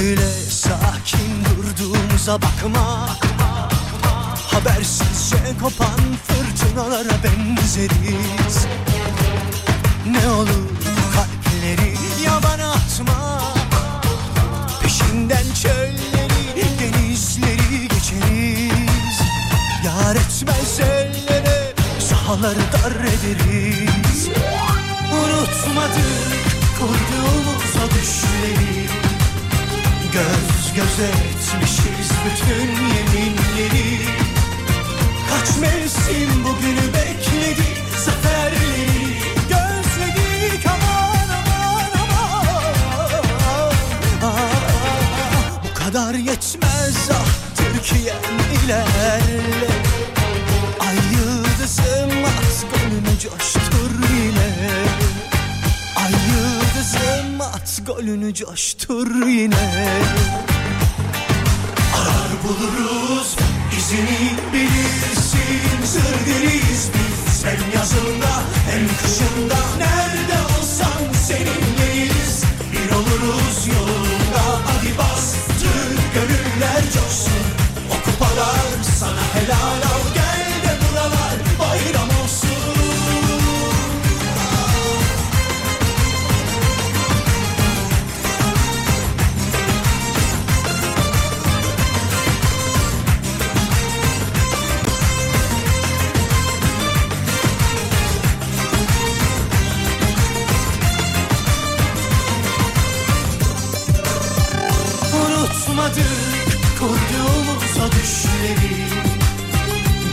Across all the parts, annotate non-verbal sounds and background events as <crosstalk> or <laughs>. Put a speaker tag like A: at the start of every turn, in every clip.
A: Öyle sakin durduğumuza bakma Habersizce kopan fırtınalara benzeriz Ne olur kalpleri yabana atma Peşinden çölleri denizleri geçeriz Yar etmez ellere sahaları dar ederiz Unutmadık kurduğumuz o düşleri Göz göze etmişiz bütün yeminleri Kaç mevsim bugünü bekledi zaferleri Gözledik aman aman aman Ah, Bu kadar yetmez ah Türkiye'm ilerle Ay yıldızım at gönlümü coştur yine Ay yıldızım at golünü coştur yine Arar buluruz izini bilirsin Sır deriz biz hem yazında hem kışında Nerede olsan seninleyiz Bir oluruz yolunda hadi bas Türk gönüller coşsun O kupalar sana helal al Gel de buralar bayram olsun Unutmadık kurduğumuz o düşleri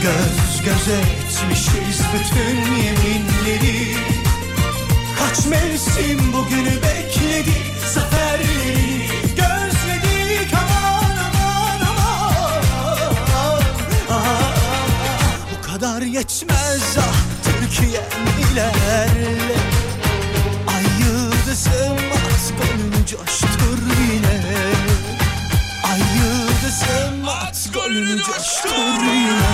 A: Göz göze etmişiz bütün yeminleri Kaç mevsim bugünü bekledi zaferleri Gözledik aman aman aman Ah, Bu kadar yetmez ah Türkiye'm ilerle Ay yıldızım at golünü coştur yine Ay yıldızım at golünü coştur yine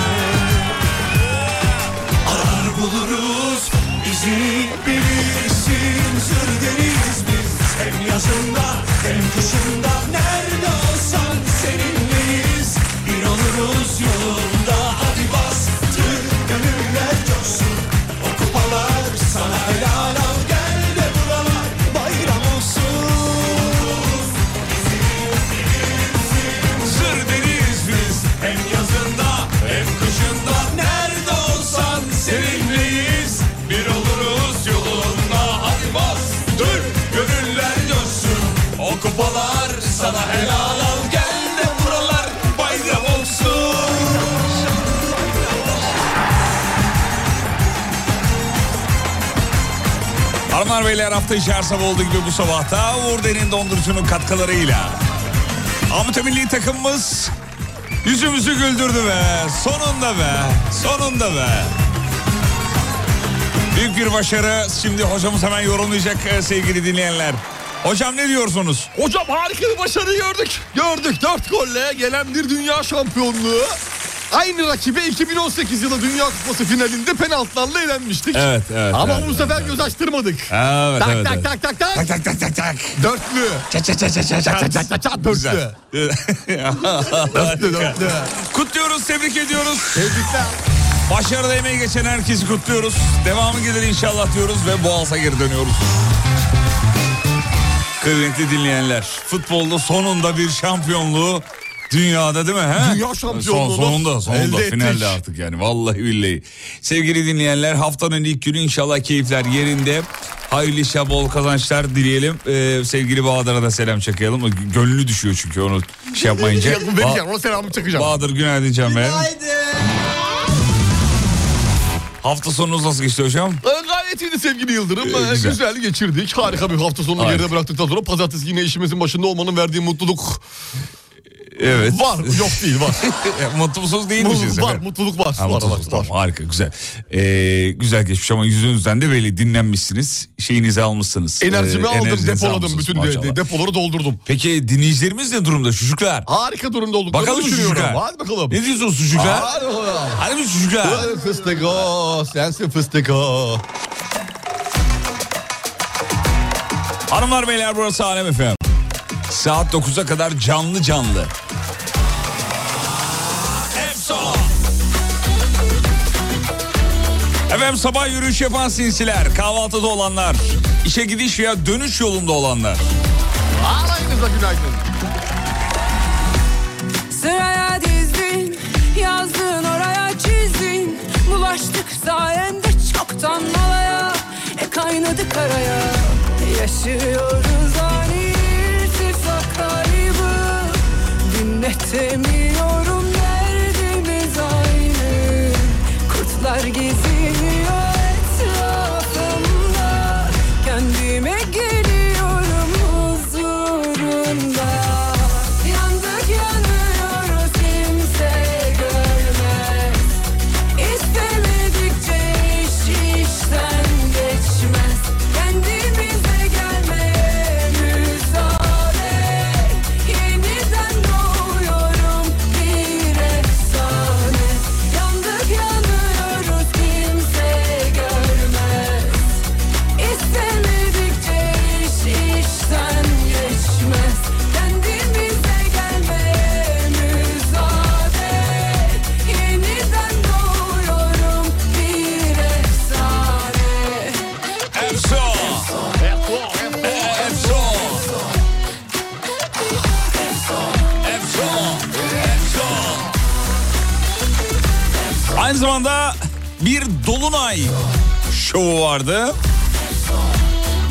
A: Arar buluruz bizi bilirsin Zır deriz biz hem yazında hem kışında Nerede olsan seninleyiz Bir oluruz yolunda hadi bas Türk gönüller coşsun O kupalar sana helal al Gel de buralar bayram olsun Zır deriz biz hem yazında hem kışında Nerede olsan seninleyiz Bir oluruz yolunda hadi bas Dur gönüller dönsün O kupalar sana helal al Gel de buralar bayram olsun
B: Hanımlar beyler hafta içi her sabah olduğu gibi bu sabahta Uğur Derin Dondurucu'nun katkılarıyla Avrupa Milli Takımımız yüzümüzü güldürdü be. Sonunda be. Sonunda be. Büyük bir başarı. Şimdi hocamız hemen yorumlayacak e, sevgili dinleyenler. Hocam ne diyorsunuz?
C: Hocam harika bir başarı gördük. Gördük 4 golle gelen bir dünya şampiyonluğu. Aynı rakibe 2018 yılı Dünya Kupası finalinde penaltılarla elenmiştik.
B: Evet, evet,
C: Ama
B: evet,
C: bu sefer göz açtırmadık.
B: Evet,
C: tak,
B: evet,
C: tak,
B: evet.
C: tak tak tak
B: Tak tak tak tak tak.
C: Dörtlü.
B: Çat çat çat çat çat çat çat.
C: Çat çat dörtlü. Dörtlü dörtlü.
B: Kutluyoruz, tebrik ediyoruz.
C: Tebrikler.
B: Başarıda emeği geçen herkesi kutluyoruz. Devamı gelir inşallah diyoruz ve Boğaz'a geri dönüyoruz. Kıymetli dinleyenler, futbolda sonunda bir şampiyonluğu dünyada değil mi? He?
C: Dünya şampiyonluğunu
B: Son- sonunda, sonunda
C: elde
B: finalde
C: ettik.
B: artık yani vallahi billahi. Sevgili dinleyenler haftanın ilk günü inşallah keyifler yerinde. Hayırlı işe bol kazançlar dileyelim. Ee, sevgili Bahadır'a da selam çakayalım. Gönlü düşüyor çünkü onu şey yapmayınca.
C: Ya, bu vereceğim,
B: Ba-
C: ona selamı çakacağım.
B: Bahadır günaydın canım benim.
A: Haydi
B: Hafta sonunuz nasıl geçti hocam?
C: Ee, Gayet Gayetiydi sevgili Yıldırım.
B: Ee,
C: Ee,
B: güzel.
C: güzel. geçirdik. Harika bir hafta sonunu
B: Harika.
C: geride bıraktıktan sonra pazartesi yine işimizin başında olmanın verdiği mutluluk
B: Evet.
C: var. Yok değil
B: <laughs>
C: var.
B: Mutlu musunuz değil misiniz?
C: mutluluk var.
B: efendim?
C: Mutluluk var.
B: Ha,
C: var,
B: mutluluk,
C: var,
B: tamam,
C: var.
B: harika güzel. Ee, güzel geçmiş ama yüzünüzden de belli dinlenmişsiniz. Şeyinizi almışsınız.
C: Enerjimi
B: Ee,
C: aldım
B: enerjinizi
C: depoladım.
B: almışsınız
C: Bütün de-
B: maşallah.
C: de, depoları doldurdum.
B: Peki dinleyicilerimiz ne durumda çocuklar?
C: Harika durumda olduk.
B: Bakalım çocuklar.
C: Hadi bakalım.
B: Ne diyorsunuz çocuklar?
C: Hadi bakalım.
B: Hadi mi çocuklar?
C: Ay Fıstık o, sensin fıstık o.
B: Hanımlar beyler burası Alem Efem. Saat 9'a kadar canlı canlı. Efendim sabah yürüyüş yapan sinsiler, kahvaltıda olanlar, işe gidiş veya dönüş yolunda olanlar.
C: Ağlayınıza günaydın.
D: Sıraya dizdin Yazdın oraya çizdin Bulaştık sayende çoktan malaya E kaynadı karaya Yaşıyoruz ani irtifak kaybı Dinletemiyorum derdimiz aynı Kurtlar geziniyor etrafımda Kendime geliyorum huzurunda Yandık yanıyoruz kimse görmez İstemedikçe iş işten geçmez Kendimize gelmeye müsaade Yeniden doğuyorum bir efsane Yandık yanıyoruz kimse görmez İstemedikçe iş işten geçmez Kendimize gelmeye müsaade Yeniden doğuyorum bir efsane
B: Efso! Efso! Efso! Efso! Aynı zamanda bir dolunay şovu vardı.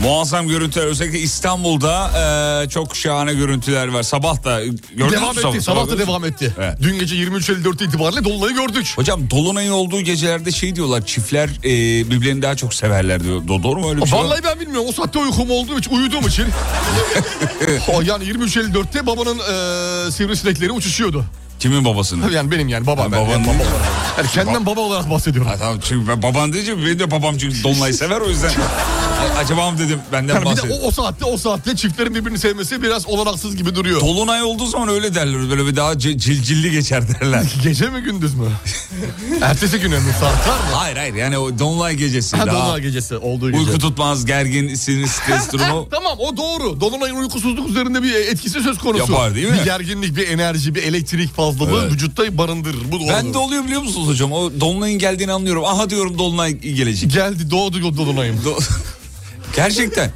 B: Muazzam görüntüler özellikle İstanbul'da eee, çok şahane görüntüler var. Sabah da gördünüz mü
C: Devam etti. Sabah da
B: gördünüz mü?
C: devam etti.
B: Evet.
C: Dün gece 23.54 itibariyle dolunayı gördük.
B: Hocam Dolunay'ın olduğu gecelerde şey diyorlar çiftler eee, birbirlerini daha çok severler diyor. Do- Doğru mu öyle bir şey? var?
C: Vallahi ben bilmiyorum. O saatte uykum olduğu için, uyuduğum için. <laughs> O yani 23.54'te babanın eee sivrisinekleri uçuşuyordu.
B: Kimin babasını?
C: Yani benim yani baba.
B: Ha,
C: ben,
B: babanın-
C: yani, baba olarak. Yani kendimden baba olarak bahsediyorum.
B: Ha, tamam çünkü ben baban deyince benim de babam çünkü Dolunay'ı sever o yüzden. A- Acaba mı dedim benden
C: Yani bir de
B: bahsediyor.
C: o, o saatte o saatte çiftlerin birbirini sevmesi biraz olanaksız gibi duruyor.
B: Dolunay olduğu zaman öyle derler. Böyle bir daha ce- cilcilli geçer derler.
C: Gece mi gündüz
B: <laughs>
C: mü? <laughs> Ertesi güne mi saatler mi?
B: hayır hayır yani o Dolunay gecesi.
C: Ha,
B: daha
C: dolunay gecesi olduğu gece.
B: Uyku tutmaz, gergin, sinir, stres
C: <laughs>
B: durumu.
C: Tamam o doğru. Dolunayın uykusuzluk üzerinde bir etkisi söz konusu.
B: Yapar, değil mi?
C: Bir gerginlik, bir enerji, bir elektrik fazlalığı
B: Evet.
C: vücutta barındırır. Bu doğru.
B: Ben de oluyor biliyor musunuz hocam? O Dolunay'ın geldiğini anlıyorum. Aha diyorum Dolunay gelecek.
C: Geldi doğdu Dolunay'ım.
B: Do- <laughs> Gerçekten.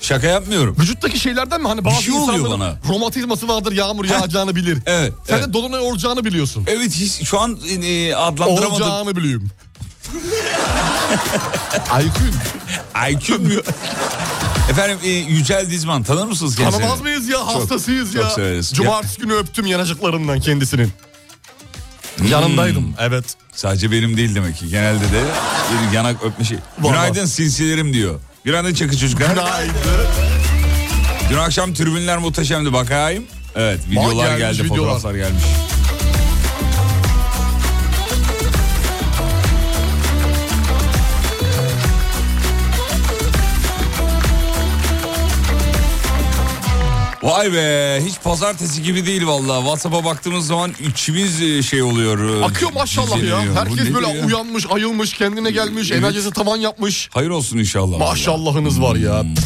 B: Şaka yapmıyorum.
C: Vücuttaki şeylerden mi? Hani bazı
B: şey oluyor
C: insanların
B: bana.
C: romatizması vardır yağmur yağacağını bilir.
B: Evet,
C: Sen
B: evet.
C: de Dolunay olacağını biliyorsun.
B: Evet hiç şu an e, adlandıramadım.
C: Olacağını biliyorum. Aykün.
B: IQ mu? Efendim e, Yücel Dizman tanır mısınız kendisini?
C: Tanımaz mıyız ya? Hastasıyız ya.
B: çok severiz.
C: Cumartesi günü öptüm yanacıklarından kendisinin. Yanındaydım. Hmm. Evet.
B: Sadece benim değil demek ki. Genelde de bir yanak öpme şey. Günaydın sinsilerim diyor. Günaydın çakı çocuklar.
C: Günaydın.
B: Dün akşam tribünler muhteşemdi bakayım. Evet videolar
C: gelmiş
B: geldi
C: videolar.
B: fotoğraflar gelmiş. Vay be hiç pazartesi gibi değil vallahi. WhatsApp'a baktığımız zaman içimiz e, şey oluyor. e,
C: Akıyor maşallah ya.
B: diziliyor. Bu
C: Herkes
B: nedir
C: böyle
B: ya?
C: uyanmış, ayılmış, kendine gelmiş,
B: Evet. Hmm.
C: enerjisi tavan yapmış.
B: Hayır olsun inşallah.
C: Maşallahınız var ya. <laughs>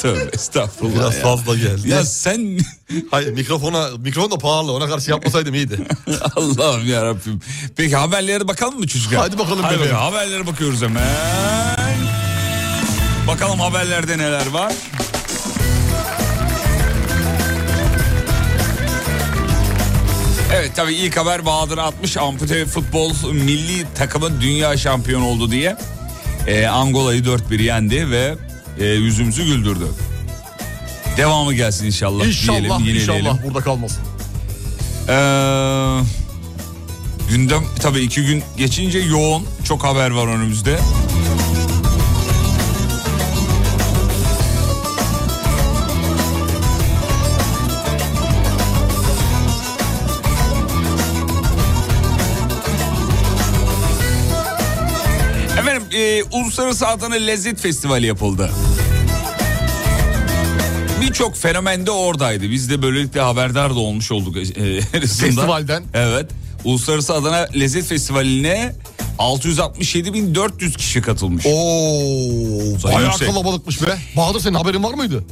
B: Tövbe estağfurullah
C: Biraz
B: ya.
C: fazla geldi.
B: Ya sen
C: <laughs> Hayır mikrofona mikrofon da pahalı ona karşı yapmasaydım iyiydi.
B: <laughs> Allah'ım ya Rabbim. Peki haberlere bakalım mı çocuklar?
C: Hadi bakalım
B: Hadi
C: bebeğim.
B: Haberlere bakıyoruz hemen. Bakalım haberlerde neler var. Evet tabii ilk haber Bahadır 60 ampute futbol milli takımı dünya şampiyonu oldu diye. Ee, Angola'yı 4-1 yendi ve e, yüzümüzü güldürdü. Devamı gelsin inşallah.
C: İnşallah
B: diyelim, yineleyelim.
C: inşallah burada kalmasın.
B: Ee, Gündem tabii iki gün geçince yoğun. Çok haber var önümüzde. Efendim e, Uluslararası Adana Lezzet Festivali yapıldı. Birçok fenomen de oradaydı. Biz de böylelikle haberdar da olmuş olduk. e,
C: Festivalden.
B: Evet. Uluslararası Adana Lezzet Festivali'ne 667.400 kişi katılmış.
C: Oo,
B: Sayın
C: bayağı
B: Yüksek.
C: kalabalıkmış be. Bahadır senin haberin var mıydı?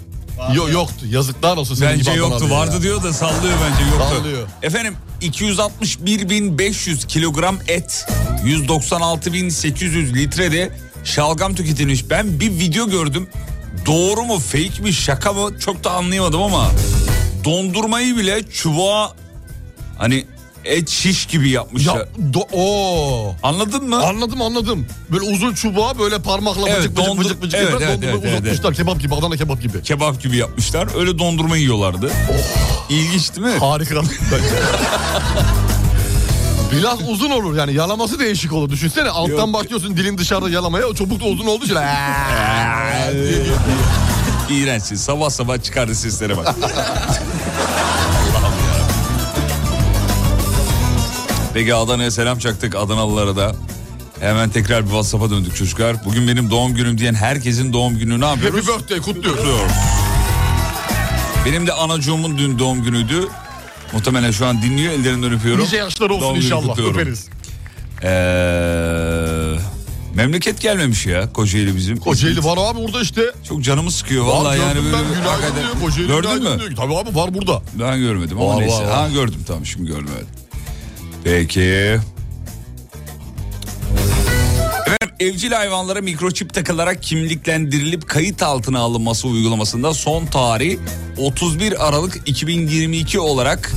C: Yok yoktu. Yazıklar olsun senin
B: Bence
C: gibi
B: yoktu.
C: adamlara
B: Vardı
C: ya.
B: diyor da sallıyor bence yoktu.
C: Sallıyor.
B: Efendim 261.500 kilogram et, 196.800 litre de şalgam tüketilmiş. Ben bir video gördüm. Doğru mu, fake mi, şaka mı çok da anlayamadım ama dondurmayı bile çubuğa hani et şiş gibi yapmışlar.
C: Ya, do, oo.
B: Anladın mı?
C: Anladım anladım. Böyle uzun çubuğa böyle parmakla
B: Evet,
C: bıcık bıcık
B: dondur-
C: bıcık bıcık
B: Evet,
C: yaparak
B: evet,
C: dondurmayı
B: evet, evet,
C: uzatmışlar. Kebap gibi Adana kebap gibi. Oh.
B: Kebap gibi yapmışlar. Öyle dondurma yiyorlardı. İlginç değil mi?
C: Harika <laughs> bence. Biraz uzun olur yani yalaması değişik olur. Düşünsene alttan
B: Yok.
C: bakıyorsun dilin dışarıda yalamaya o çubuk da uzun olduğu
B: <laughs>
C: için.
B: İğrençsin. Sabah sabah çıkardı seslere bak. Allah'ım ya. Peki Adana'ya selam çaktık Adanalılara da. Hemen tekrar bir WhatsApp'a döndük çocuklar. Bugün benim doğum günüm diyen herkesin doğum günü ne
C: Happy
B: yapıyoruz?
C: birthday kutluyoruz.
B: Kutluyoruz. Benim de anacığımın dün doğum günüydü. Muhtemelen şu an dinliyor ellerinden öpüyorum.
C: Nice yaşları olsun
B: Doğum gününü
C: inşallah
B: kutluyorum.
C: öperiz.
B: Ee, memleket gelmemiş ya Kocaeli bizim.
C: Kocaeli var abi burada işte.
B: Çok canımı sıkıyor vallahi
C: Abi
B: yani
C: gördüm
B: böyle.
C: ben, günaydın
B: hakikaten-
C: diyor, Kocaeli
B: Gördün
C: günaydın
B: mü?
C: diyor. Tabii abi var burada.
B: Ben görmedim ama
C: Var,
B: neyse.
C: var, var.
B: Ha gördüm tamam şimdi gördüm evet. Peki. Efendim evcil hayvanlara mikroçip takılarak kimliklendirilip kayıt altına alınması uygulamasında son tarih 31 Aralık 2022 olarak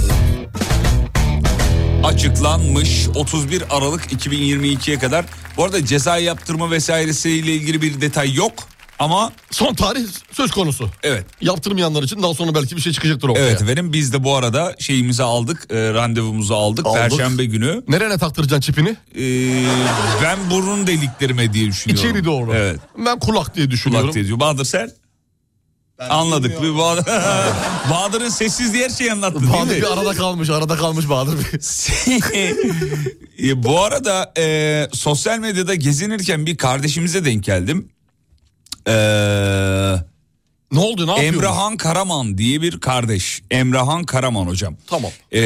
B: açıklanmış 31 Aralık 2022'ye kadar. Bu arada ceza yaptırma vesairesiyle ilgili bir detay yok ama
C: Son tarih söz konusu.
B: evet
C: Yaptırmayanlar için daha sonra belki bir şey çıkacaktır ortaya.
B: Evet efendim biz de bu arada şeyimizi aldık, e, randevumuzu aldık,
C: Aldık.
B: Perşembe günü.
C: Nerene taktıracaksın çipini?
B: E, ben burun deliklerime diye düşünüyorum.
C: İçeri doğru.
B: Evet.
C: Ben kulak diye düşünüyorum.
B: Kulak diye diyor. Bahadır sen? Anladık. Bir Bahadır... <laughs> Bahadır'ın sessizliği her şeyi anlattı değil
C: Bahadır
B: mi?
C: bir arada kalmış, arada kalmış Bahadır
B: <laughs>
C: bir.
B: E, bu arada e, sosyal medyada gezinirken bir kardeşimize denk geldim. Eee...
C: ne oldu, ne yapıyorsun?
B: Emrahan Karaman diye bir kardeş. Emrahan Karaman hocam.
C: Tamam.
B: Ee,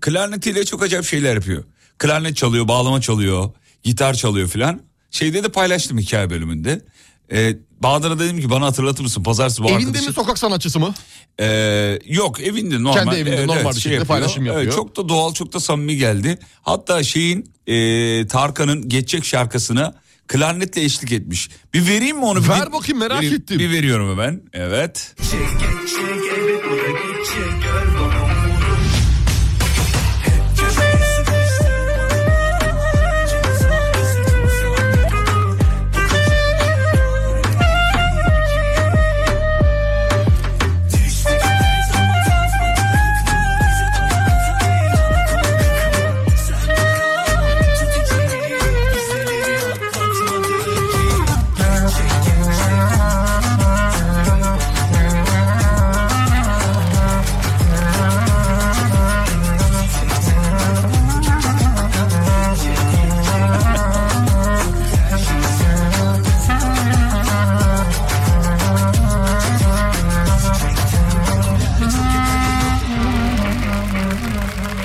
B: klarnetiyle çok acayip şeyler yapıyor. Klarnet çalıyor, bağlama çalıyor, gitar çalıyor filan. Şeyde de paylaştım hikaye bölümünde. Ee, Bahadır'a dedim ki bana hatırlatır mısın pazartesi bu
C: Evinde
B: arkadaşı-
C: mi sokak sanatçısı mı?
B: Ee, yok evinde normal.
C: Kendi evinde normal bir şekilde paylaşım yapıyor.
B: Evet, çok da doğal çok da samimi geldi. Hatta şeyin e, Tarkan'ın Geçecek şarkısına klarnetle eşlik etmiş. Bir vereyim mi onu? Bir-
C: Ver bakayım, merak
B: Vereyim.
C: ettim.
B: Bir veriyorum hemen. Evet.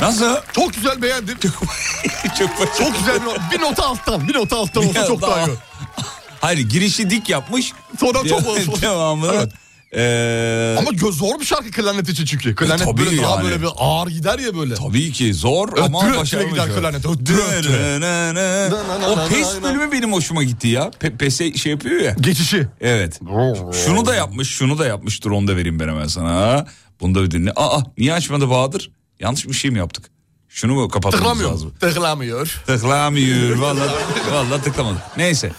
B: Nasıl?
C: Çok güzel beğendim.
B: <laughs> çok basit.
C: Çok güzel bir, not- bir nota alttan, bir nota alttan olsa
B: Ya
C: çok daha iyi. olur.
B: <laughs> Hayır girişi dik yapmış.
C: Sonra çok olsun.
B: Devamını.
C: Evet.
B: Ee,
C: Ama göz zor bir şarkı klarnet için çünkü. Klarnet
B: tabii
C: böyle daha
B: yani.
C: böyle bir ağır gider ya böyle.
B: tabii ki zor ama
C: öttüre
B: başarılı.
C: gider
B: şey.
C: klarnet, öttüre öttüre.
B: Dö- nö- nö.
C: Na- na- na-
B: O pes
C: na- na-
B: bölümü benim hoşuma gitti ya. Pe- pese şey yapıyor ya.
C: Geçişi.
B: Evet. Şunu da yapmış, şunu da yapmıştır. Onu da vereyim ben hemen sana. Bunu da bir dinle. Aa niye açmadı Bahadır? Yanlış bir şey mi yaptık? Şunu mu kapatmamız
C: Tıklamıyor.
B: lazım?
C: Tıklamıyor.
B: Tıklamıyor. Vallahi, vallahi tıklamadı. Neyse.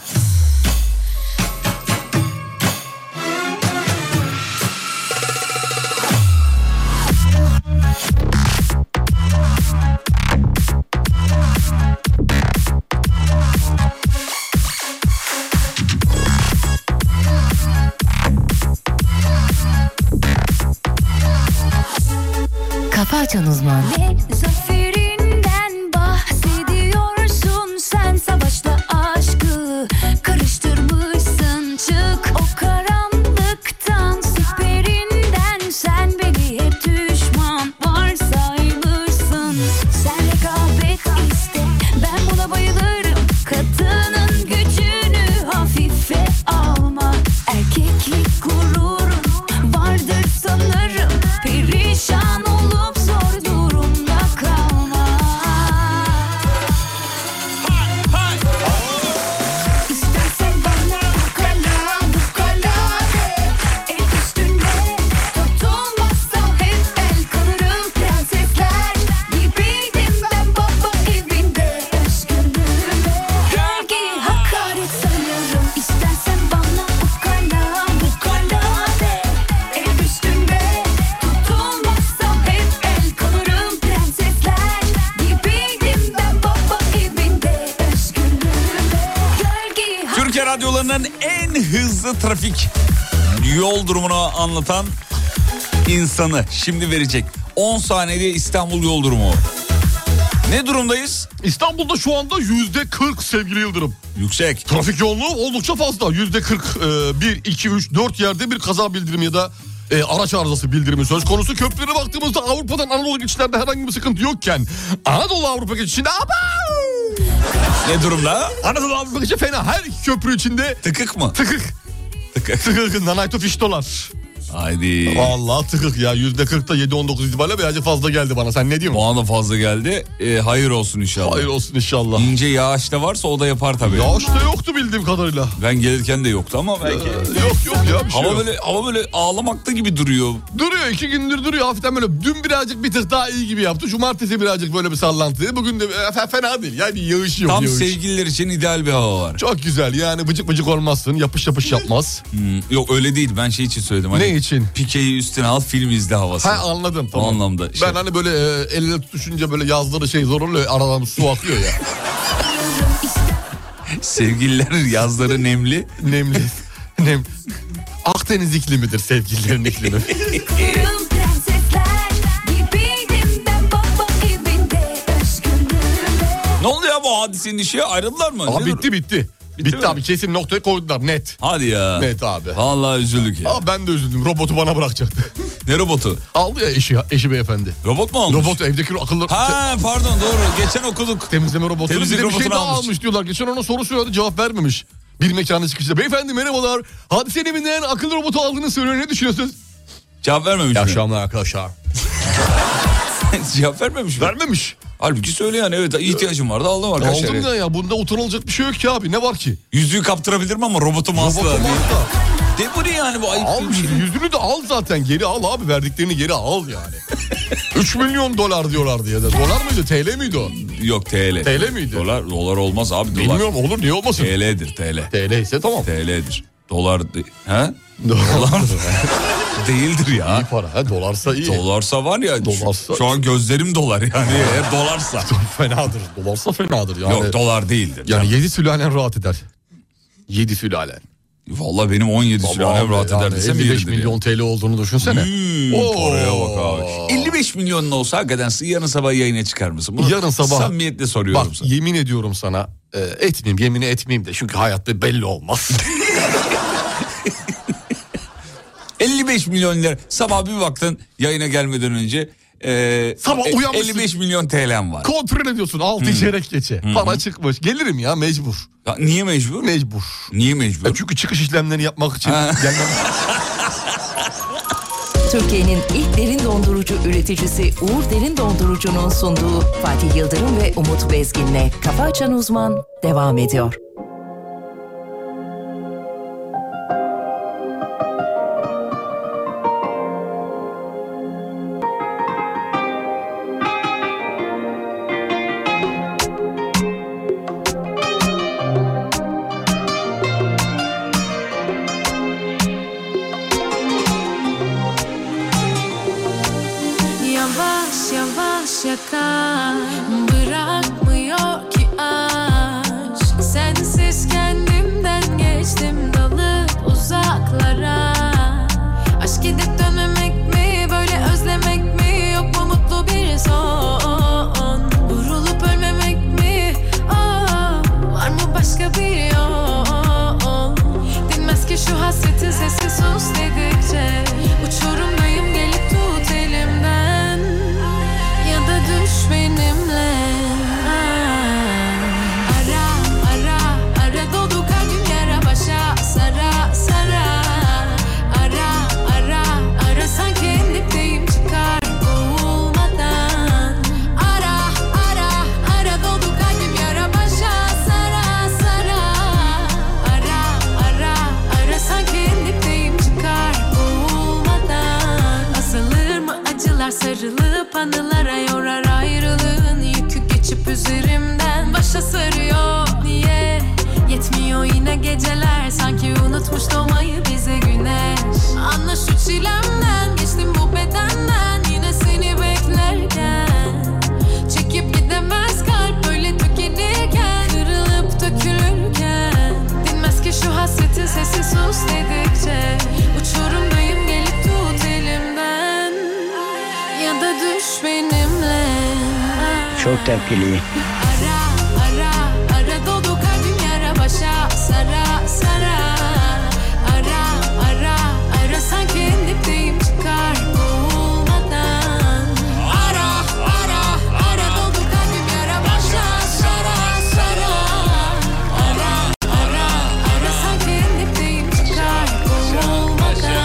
E: Kafa Açan Uzman.
F: Ve zaferinden bahsediyorsun sen savaşla aşkı karıştırmışsın çık o karanlıktan süperinden sen beni hep düşman var saymışsın sen rekabet iste ben buna bayılırım kadının gücünü hafife alma erkeklik gururun vardır sanırım perişan olup zor durumda kalma. İstersen bana ukala ukala de El üstüne tutulmazsa hep el kalırım prensesler Gibiydim ben baba evinde Aşkınlığıma Vergi hakaret sanırım İstersen bana ukala ukala de El üstüne tutulmazsa hep el kalırım prensesler Gibiydim ben baba evinde Aşkınlığıma Vergi
B: Türkiye radyolarının en hızlı trafik yol durumunu anlatan insanı şimdi verecek. 10 saniyede İstanbul yol durumu. Ne durumdayız?
C: İstanbul'da şu anda yüzde 40 sevgili Yıldırım.
B: Yüksek.
C: Trafik yoğunluğu oldukça fazla. Yüzde 40, e, 1, 2, 3, 4 yerde bir kaza bildirimi ya da e, araç arızası bildirimi söz konusu. Köprülere baktığımızda Avrupa'dan Anadolu geçişlerde herhangi bir sıkıntı yokken Anadolu Avrupa geçişinde abav!
B: Ne durumda?
C: Anadolu Avrupa geçişi fena. Her iki köprü içinde
B: Tıkık mı?
C: tıkık.
B: Tıkık.
C: Tıkık. Nanayto fiştolar.
B: Haydi.
C: Vallahi tıkık ya. Yüzde 40'ta 7-19 itibariyle birazcık fazla geldi bana. Sen ne diyorsun?
B: Puan da fazla geldi. Ee, hayır olsun inşallah.
C: Hayır olsun inşallah.
B: İnce yağış da varsa o da yapar tabii.
C: Yağış da yoktu bildiğim kadarıyla.
B: Ben gelirken de yoktu ama belki.
C: Yok yok ya bir şey
B: Hava
C: yok.
B: böyle hava böyle ağlamakta gibi duruyor.
C: Duruyor iki gündür duruyor hafiften böyle dün birazcık bir tık daha iyi gibi yaptı. Cumartesi birazcık böyle bir sallantı. Bugün de e, fena değil yani yağış yok
B: Tam
C: yağış.
B: sevgililer için ideal bir hava var.
C: Çok güzel yani bıcık bıcık olmazsın yapış yapış yapmaz.
B: Hmm, Yok öyle değil ben şey için söyledim. Hani
C: ne için?
B: Pikeyi üstüne al film izle havası.
C: Ha anladım tamam.
B: O anlamda şey.
C: Ben hani böyle e, elle tutuşunca böyle yazları şey zor oluyor aradan su akıyor ya.
B: <laughs> Sevgililer yazları nemli.
C: Nemli. Nem. Akdeniz iklimidir sevgililerin iklimi.
F: Kırım prensesler gibiydim ben baba evinde aşkınlığımda
B: Ne oldu ya bu hadisenin işi? Ayrıldılar mı?
C: Aa,
B: Ne dur-
C: bitti bitti. Bitti,
B: mi?
C: abi kesin noktaya koydular net.
B: Hadi ya.
C: Net abi.
B: Vallahi üzüldük ya.
C: Aa, ben de üzüldüm robotu bana bırakacaktı.
B: Ne robotu?
C: Aldı ya eşi, eşi beyefendi.
B: Robot mu almış?
C: Robot evdeki akıllı
B: Ha pardon doğru. Geçen okuduk.
C: temizleme robotu.
B: Temizlik
C: bir de bir şey
B: robotunu
C: daha
B: almış.
C: almış. diyorlar. Geçen ona soru sordu cevap vermemiş. Bir mekana çıkışta. Beyefendi merhabalar. Hadisenin evinden akıllı robotu aldığını söylüyor. Ne düşünüyorsunuz?
B: Cevap vermemiş mi?
C: akşamlar arkadaşlar.
B: <laughs> Cevap vermemiş mi?
C: Vermemiş.
B: Halbuki söyle yani evet ihtiyacım vardı aldım arkadaşlar.
C: Aldım ya ya bunda utanılacak bir şey yok ki abi. Ne var ki?
B: Yüzüğü kaptırabilirim ama robotum asla
C: Robotu
B: değil.
C: al da.
B: De bu ne yani bu ayıp
C: Al
B: bir şey.
C: yüzünü de al zaten geri al abi verdiklerini geri al
B: <laughs>
C: yani. 3 milyon dolar diyorlardı ya da. Dolar mıydı TL miydi o?
B: Yok TL.
C: TL miydi?
B: Dolar, dolar olmaz abi dolar.
C: Bilmiyorum olur niye olmasın.
B: TL'dir TL.
C: TL ise tamam.
B: TL'dir. Dolar de- ha?
C: <laughs> Dolar.
B: <laughs> Değildir
C: iyi
B: ya.
C: para. ha, Dolarsa iyi.
B: Dolarsa var ya şu-
C: Dolarsa-
B: şu an gözlerim dolar yani
C: <laughs>
B: eğer dolarsa.
C: fenadır. Dolarsa fenadır yani.
B: Yok dolar değildir.
C: Yani yedi sülalen rahat eder. Yedi sülalen.
B: Vallahi benim 17 sülalem
C: Abi,
B: rahat eder
C: yani
B: desem
C: 55
B: yeridir.
C: milyon
B: ya.
C: TL olduğunu düşünsene.
B: Hmm,
C: Oo.
B: paraya bak abi. 55 milyonun olsa hakikaten siz yarın sabah yayına çıkar mısın? Bunu
C: Yarın sabah-
B: Samimiyetle soruyorum
C: Bak
B: sana.
C: yemin ediyorum sana e, etmeyeyim yemin etmeyeyim de çünkü hayatta belli olmaz.
B: <laughs> 55 milyon lira sabah bir baktın yayına gelmeden önce e,
C: Sabah
B: e,
C: uyanmışsın.
B: 55 milyon TL'm var.
C: Kontrol ediyorsun altı çeyrek geçe. Para çıkmış. Gelirim ya mecbur.
B: Hmm. Ya niye mecbur?
C: Mecbur.
B: Niye
C: E,
B: mecbur?
C: çünkü çıkış işlemlerini yapmak için
B: Ha.
C: gelmem.
E: Türkiye'nin ilk derin dondurucu üreticisi Uğur Derin Dondurucu'nun sunduğu Fatih Yıldırım ve Umut Bezgin'le Kafa Açan Uzman devam ediyor.
D: Yavaş yavaş yakan Bırakmıyor ki aşk Sen
G: anılara yorar ayrılığın yükü geçip üzerimden başa sarıyor niye yetmiyor yine geceler sanki unutmuş doğmayı bize güneş anla şu çilemden geçtim bu bedenden yine seni beklerken çekip gidemez kalp böyle tükenirken kırılıp dökülürken dinmez ki şu hasretin sesi sus dedikçe uçurumdayım gelip tut elimden ya da düş benimle
F: Çok tepkiliyim.
G: Ara ara ara dolu kalbim yara başa sara sara Ara ara ara sanki en dipteyim çıkar boğulmadan Ara ara ara dolu kalbim yara başa sara sara Ara ara ara sanki en dipteyim çıkar boğulmadan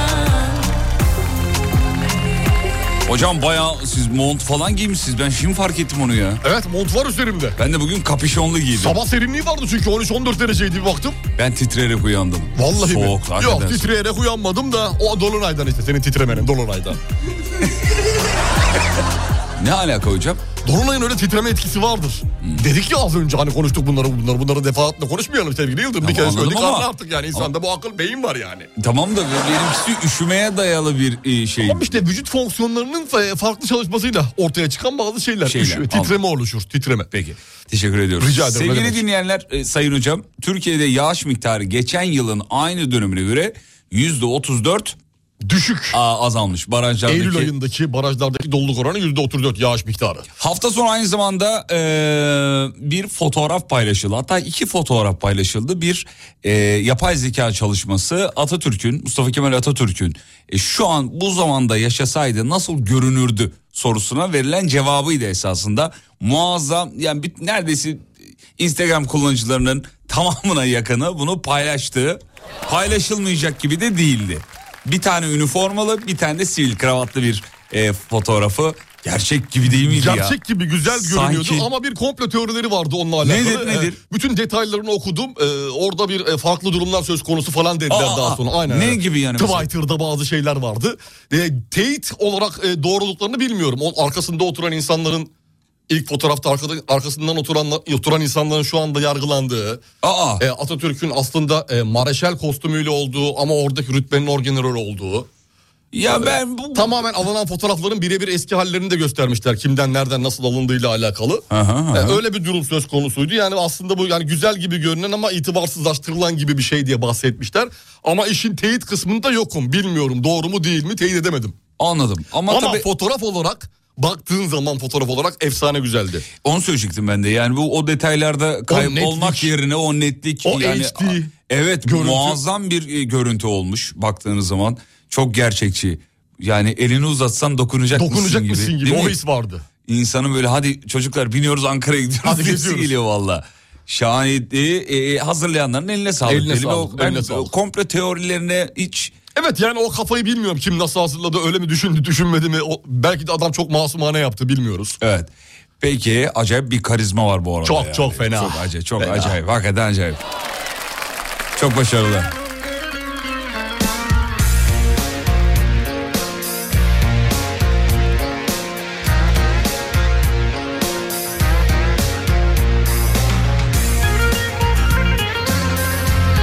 B: Hocam baya siz mont falan giymişsiniz. Ben şimdi fark ettim onu ya.
C: Evet mont var üzerimde.
B: Ben de bugün kapüşonlu giydim.
C: Sabah serinliği vardı çünkü 13-14 dereceydi bir baktım.
B: Ben titreyerek uyandım.
C: Vallahi mi?
B: Soğuk. hakikaten
C: Yok
B: soğuk.
C: titreyerek uyanmadım da o Dolunay'dan işte senin titremenin Dolunay'dan.
B: Ne alaka hocam? Hmm.
C: Dolunay'ın öyle titreme etkisi vardır. Dedik ya az önce hani konuştuk bunları bunları bunları defaatle konuşmayalım sevgili Yıldırım. bir
B: Tamam,
C: kere
B: anladım
C: söyledik
B: ama-
C: ama... artık yani insanda bu akıl beyin var yani.
B: Tamam da benimkisi üşümeye dayalı bir e, şey.
C: Ama işte vücut fonksiyonlarının fa- farklı çalışmasıyla ortaya çıkan bazı şeyler.
B: Şeyler,
C: Üşüme, titreme oluşur titreme.
B: Peki. Teşekkür ediyoruz.
C: Rica ederim, ne
B: Sevgili
C: demek.
B: dinleyenler, e, sayın hocam, Türkiye'de yağış miktarı geçen yılın aynı dönemine göre yüzde 34
C: Düşük.
B: azalmış barajlardaki.
C: Eylül ayındaki barajlardaki doluluk oranı %34 yağış miktarı.
B: Hafta sonu aynı zamanda e, bir fotoğraf paylaşıldı. Hatta iki fotoğraf paylaşıldı. Bir e, yapay zeka çalışması Atatürk'ün, Mustafa Kemal Atatürk'ün e, şu an bu zamanda yaşasaydı nasıl görünürdü sorusuna verilen cevabıydı esasında. Muazzam yani bir, neredeyse Instagram kullanıcılarının <laughs> tamamına yakını bunu paylaştığı paylaşılmayacak gibi de değildi. Bir tane üniformalı bir tane de sivil kravatlı bir e, fotoğrafı gerçek gibi değil miydi ya?
C: Gerçek gibi güzel görünüyordu
B: Sanki-
C: ama bir komplo teorileri vardı onunla alakalı.
B: Nedir,
C: Ee,
B: nedir?
C: Bütün detaylarını okudum. Ee, orada bir e, farklı durumlar söz konusu falan dediler
B: Aa,
C: daha sonra. Aynen.
B: ne
C: evet.
B: gibi yani mesela?
C: Twitter'da bazı şeyler vardı. Ee, teyit olarak e, doğruluklarını bilmiyorum. O arkasında oturan insanların ilk fotoğrafta arkada, arkasından oturan oturan insanların şu anda yargılandığı,
B: Aa
C: e, Atatürk'ün aslında e, mareşal kostümüyle olduğu ama oradaki rütbenin orgeneral olduğu.
B: ya ben bu...
C: Tamamen alınan fotoğrafların birebir eski hallerini de göstermişler. Kimden nereden nasıl alındığıyla alakalı.
B: Aha, aha.
C: Yani öyle bir durum söz konusuydu. Yani aslında bu yani güzel gibi görünen ama itibarsızlaştırılan gibi bir şey diye bahsetmişler. Ama işin teyit kısmında yokum. Bilmiyorum doğru mu değil mi teyit edemedim.
B: Anladım ama,
C: Ama,
B: tabii
C: fotoğraf olarak baktığın zaman fotoğraf olarak efsane güzeldi.
B: onu söyleyecektim ben de yani bu o detaylarda kaybolmak
C: netlik.
B: yerine o netlik
C: O
B: yani
C: HD
B: evet
C: görüntü.
B: muazzam bir e, görüntü olmuş baktığınız zaman çok gerçekçi yani elini uzatsan dokunacak,
C: Dokunacak
B: mısın
C: mısın
B: gibi,
C: gibi,
B: değil
C: o
B: mi?
C: his vardı.
B: İnsanın böyle hadi çocuklar biniyoruz Ankara'ya gidiyoruz
C: Hadi
B: hadi
C: geziyoruz.
B: geliyor valla. Şahane e, e, hazırlayanların eline sağlık.
C: Eline
B: diyelim.
C: sağlık,
B: O- ben
C: eline sağlık.
B: komplo teorilerine hiç
C: Evet yani o kafayı bilmiyorum kim nasıl hazırladı öyle mi düşündü düşünmedi mi O- belki de adam çok masumane yaptı bilmiyoruz.
B: evet. Peki acayip bir karizma var bu arada.
C: Çok,
B: yani.
C: çok fena.
B: Çok acayip, çok
C: Fena.
B: acayip. Hakikaten acayip. Çok başarılı.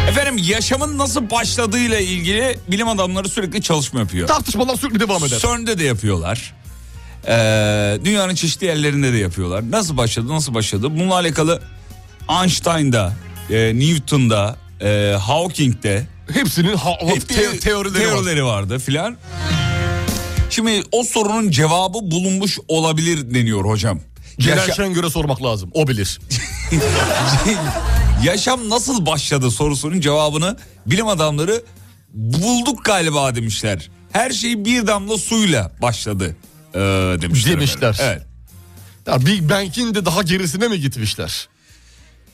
B: Efendim yaşamın nasıl başladığıyla ilgili bilim adamları sürekli çalışma yapıyor.
C: Tartışmalar sürekli devam eder.
B: CERN'de de yapıyorlar. Ee, dünyanın çeşitli yerlerinde de yapıyorlar. Nasıl başladı, nasıl başladı? Bununla alakalı Einstein'da, e, Newton'da, e, Hawking'de
C: Hepsinin ha- te- teorileri var.
B: vardı filan. Şimdi o sorunun cevabı bulunmuş olabilir deniyor hocam.
C: Celal
B: Yaşa-
C: Şengör'e sormak lazım. O bilir.
B: <laughs> Yaşam nasıl başladı sorusunun cevabını bilim adamları bulduk galiba demişler. Her şey bir damla suyla başladı ee, demişler.
C: Demişler.
B: efendim. Evet.
C: Ya Big Bang'in de daha gerisine mi gitmişler?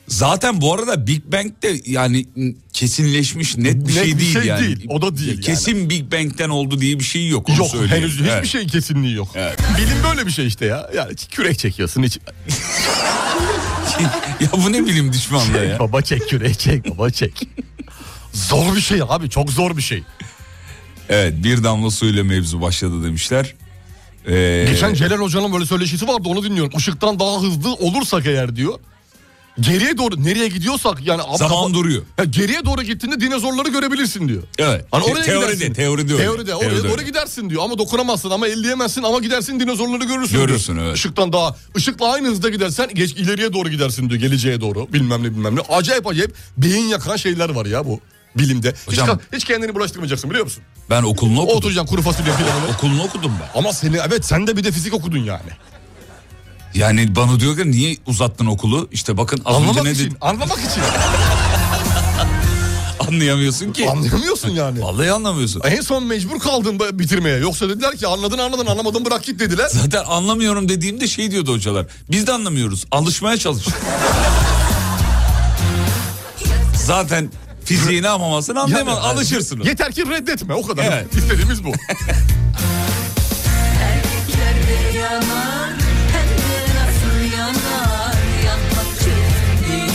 B: Zaten bu arada Big Bang de yani kesinleşmiş net bir
C: Net
B: şey
C: bir
B: değil
C: şey
B: yani.
C: değil, o da değil yani.
B: Kesin Big Bang'den oldu diye bir şey yok. Onu
C: yok
B: söyleyeyim.
C: henüz hiçbir
B: Evet.
C: şey kesinliği yok.
B: Evet.
C: Bilim böyle bir şey işte ya. Yani kürek çekiyorsun hiç.
B: <laughs> ya bu ne bilim düşmanlığı ya.
C: <laughs> baba çek kürek çek baba çek. zor bir şey abi çok zor bir şey.
B: Evet bir damla suyla mevzu başladı demişler. Ee,
C: Geçen Celal Hoca'nın böyle söyleşisi vardı onu dinliyorum. Işıktan daha hızlı olursak eğer diyor. Geriye doğru nereye gidiyorsak yani... abi
B: zaman
C: kafa-
B: duruyor.
C: Ya geriye doğru gittiğinde dinozorları görebilirsin diyor.
B: Evet.
C: Hani oraya
B: teoride,
C: gidersin.
B: teoride öyle.
C: Teoride oraya
B: Teoride
C: doğru
B: öyle.
C: gidersin diyor ama dokunamazsın ama elleyemezsin ama gidersin dinozorları görürsün.
B: Görürsün,
C: diyor.
B: evet.
C: Işıktan daha ışıkla aynı hızda gidersen geç ileriye doğru gidersin diyor geleceğe doğru bilmem ne bilmem ne. Acayip acayip beyin yakan şeyler var ya bu bilimde.
B: Hocam-
C: hiç, ka- hiç kendini bulaştırmayacaksın biliyor musun?
B: Ben okulunu okudum.
C: Oturacaksın kuru fasulye planını.
B: Okulunu okudum ben.
C: Ama seni evet sen de bir de fizik okudun yani.
B: Yani bana diyor ki niye uzattın okulu? İşte bakın az önce
C: Anlamak
B: ne
C: için.
B: dedi-
C: Anlamak için. <laughs>
B: anlayamıyorsun ki.
C: Anlayamıyorsun yani.
B: <laughs> Vallahi anlamıyorsun.
C: En son mecbur kaldın ba- bitirmeye. Yoksa dediler ki anladın anladın anlamadın bırak git dediler.
B: Zaten anlamıyorum dediğimde şey diyordu hocalar. Biz de anlamıyoruz. Alışmaya çalış. Zaten fiziğini anlamasın anlayamaz.
C: Yani-
B: Alışırsın.
C: Yeter ki reddetme o kadar.
B: Evet.
C: İstediğimiz bu.
D: Erkekler de yanar Hem de nasıl yanar Yanmak çirkin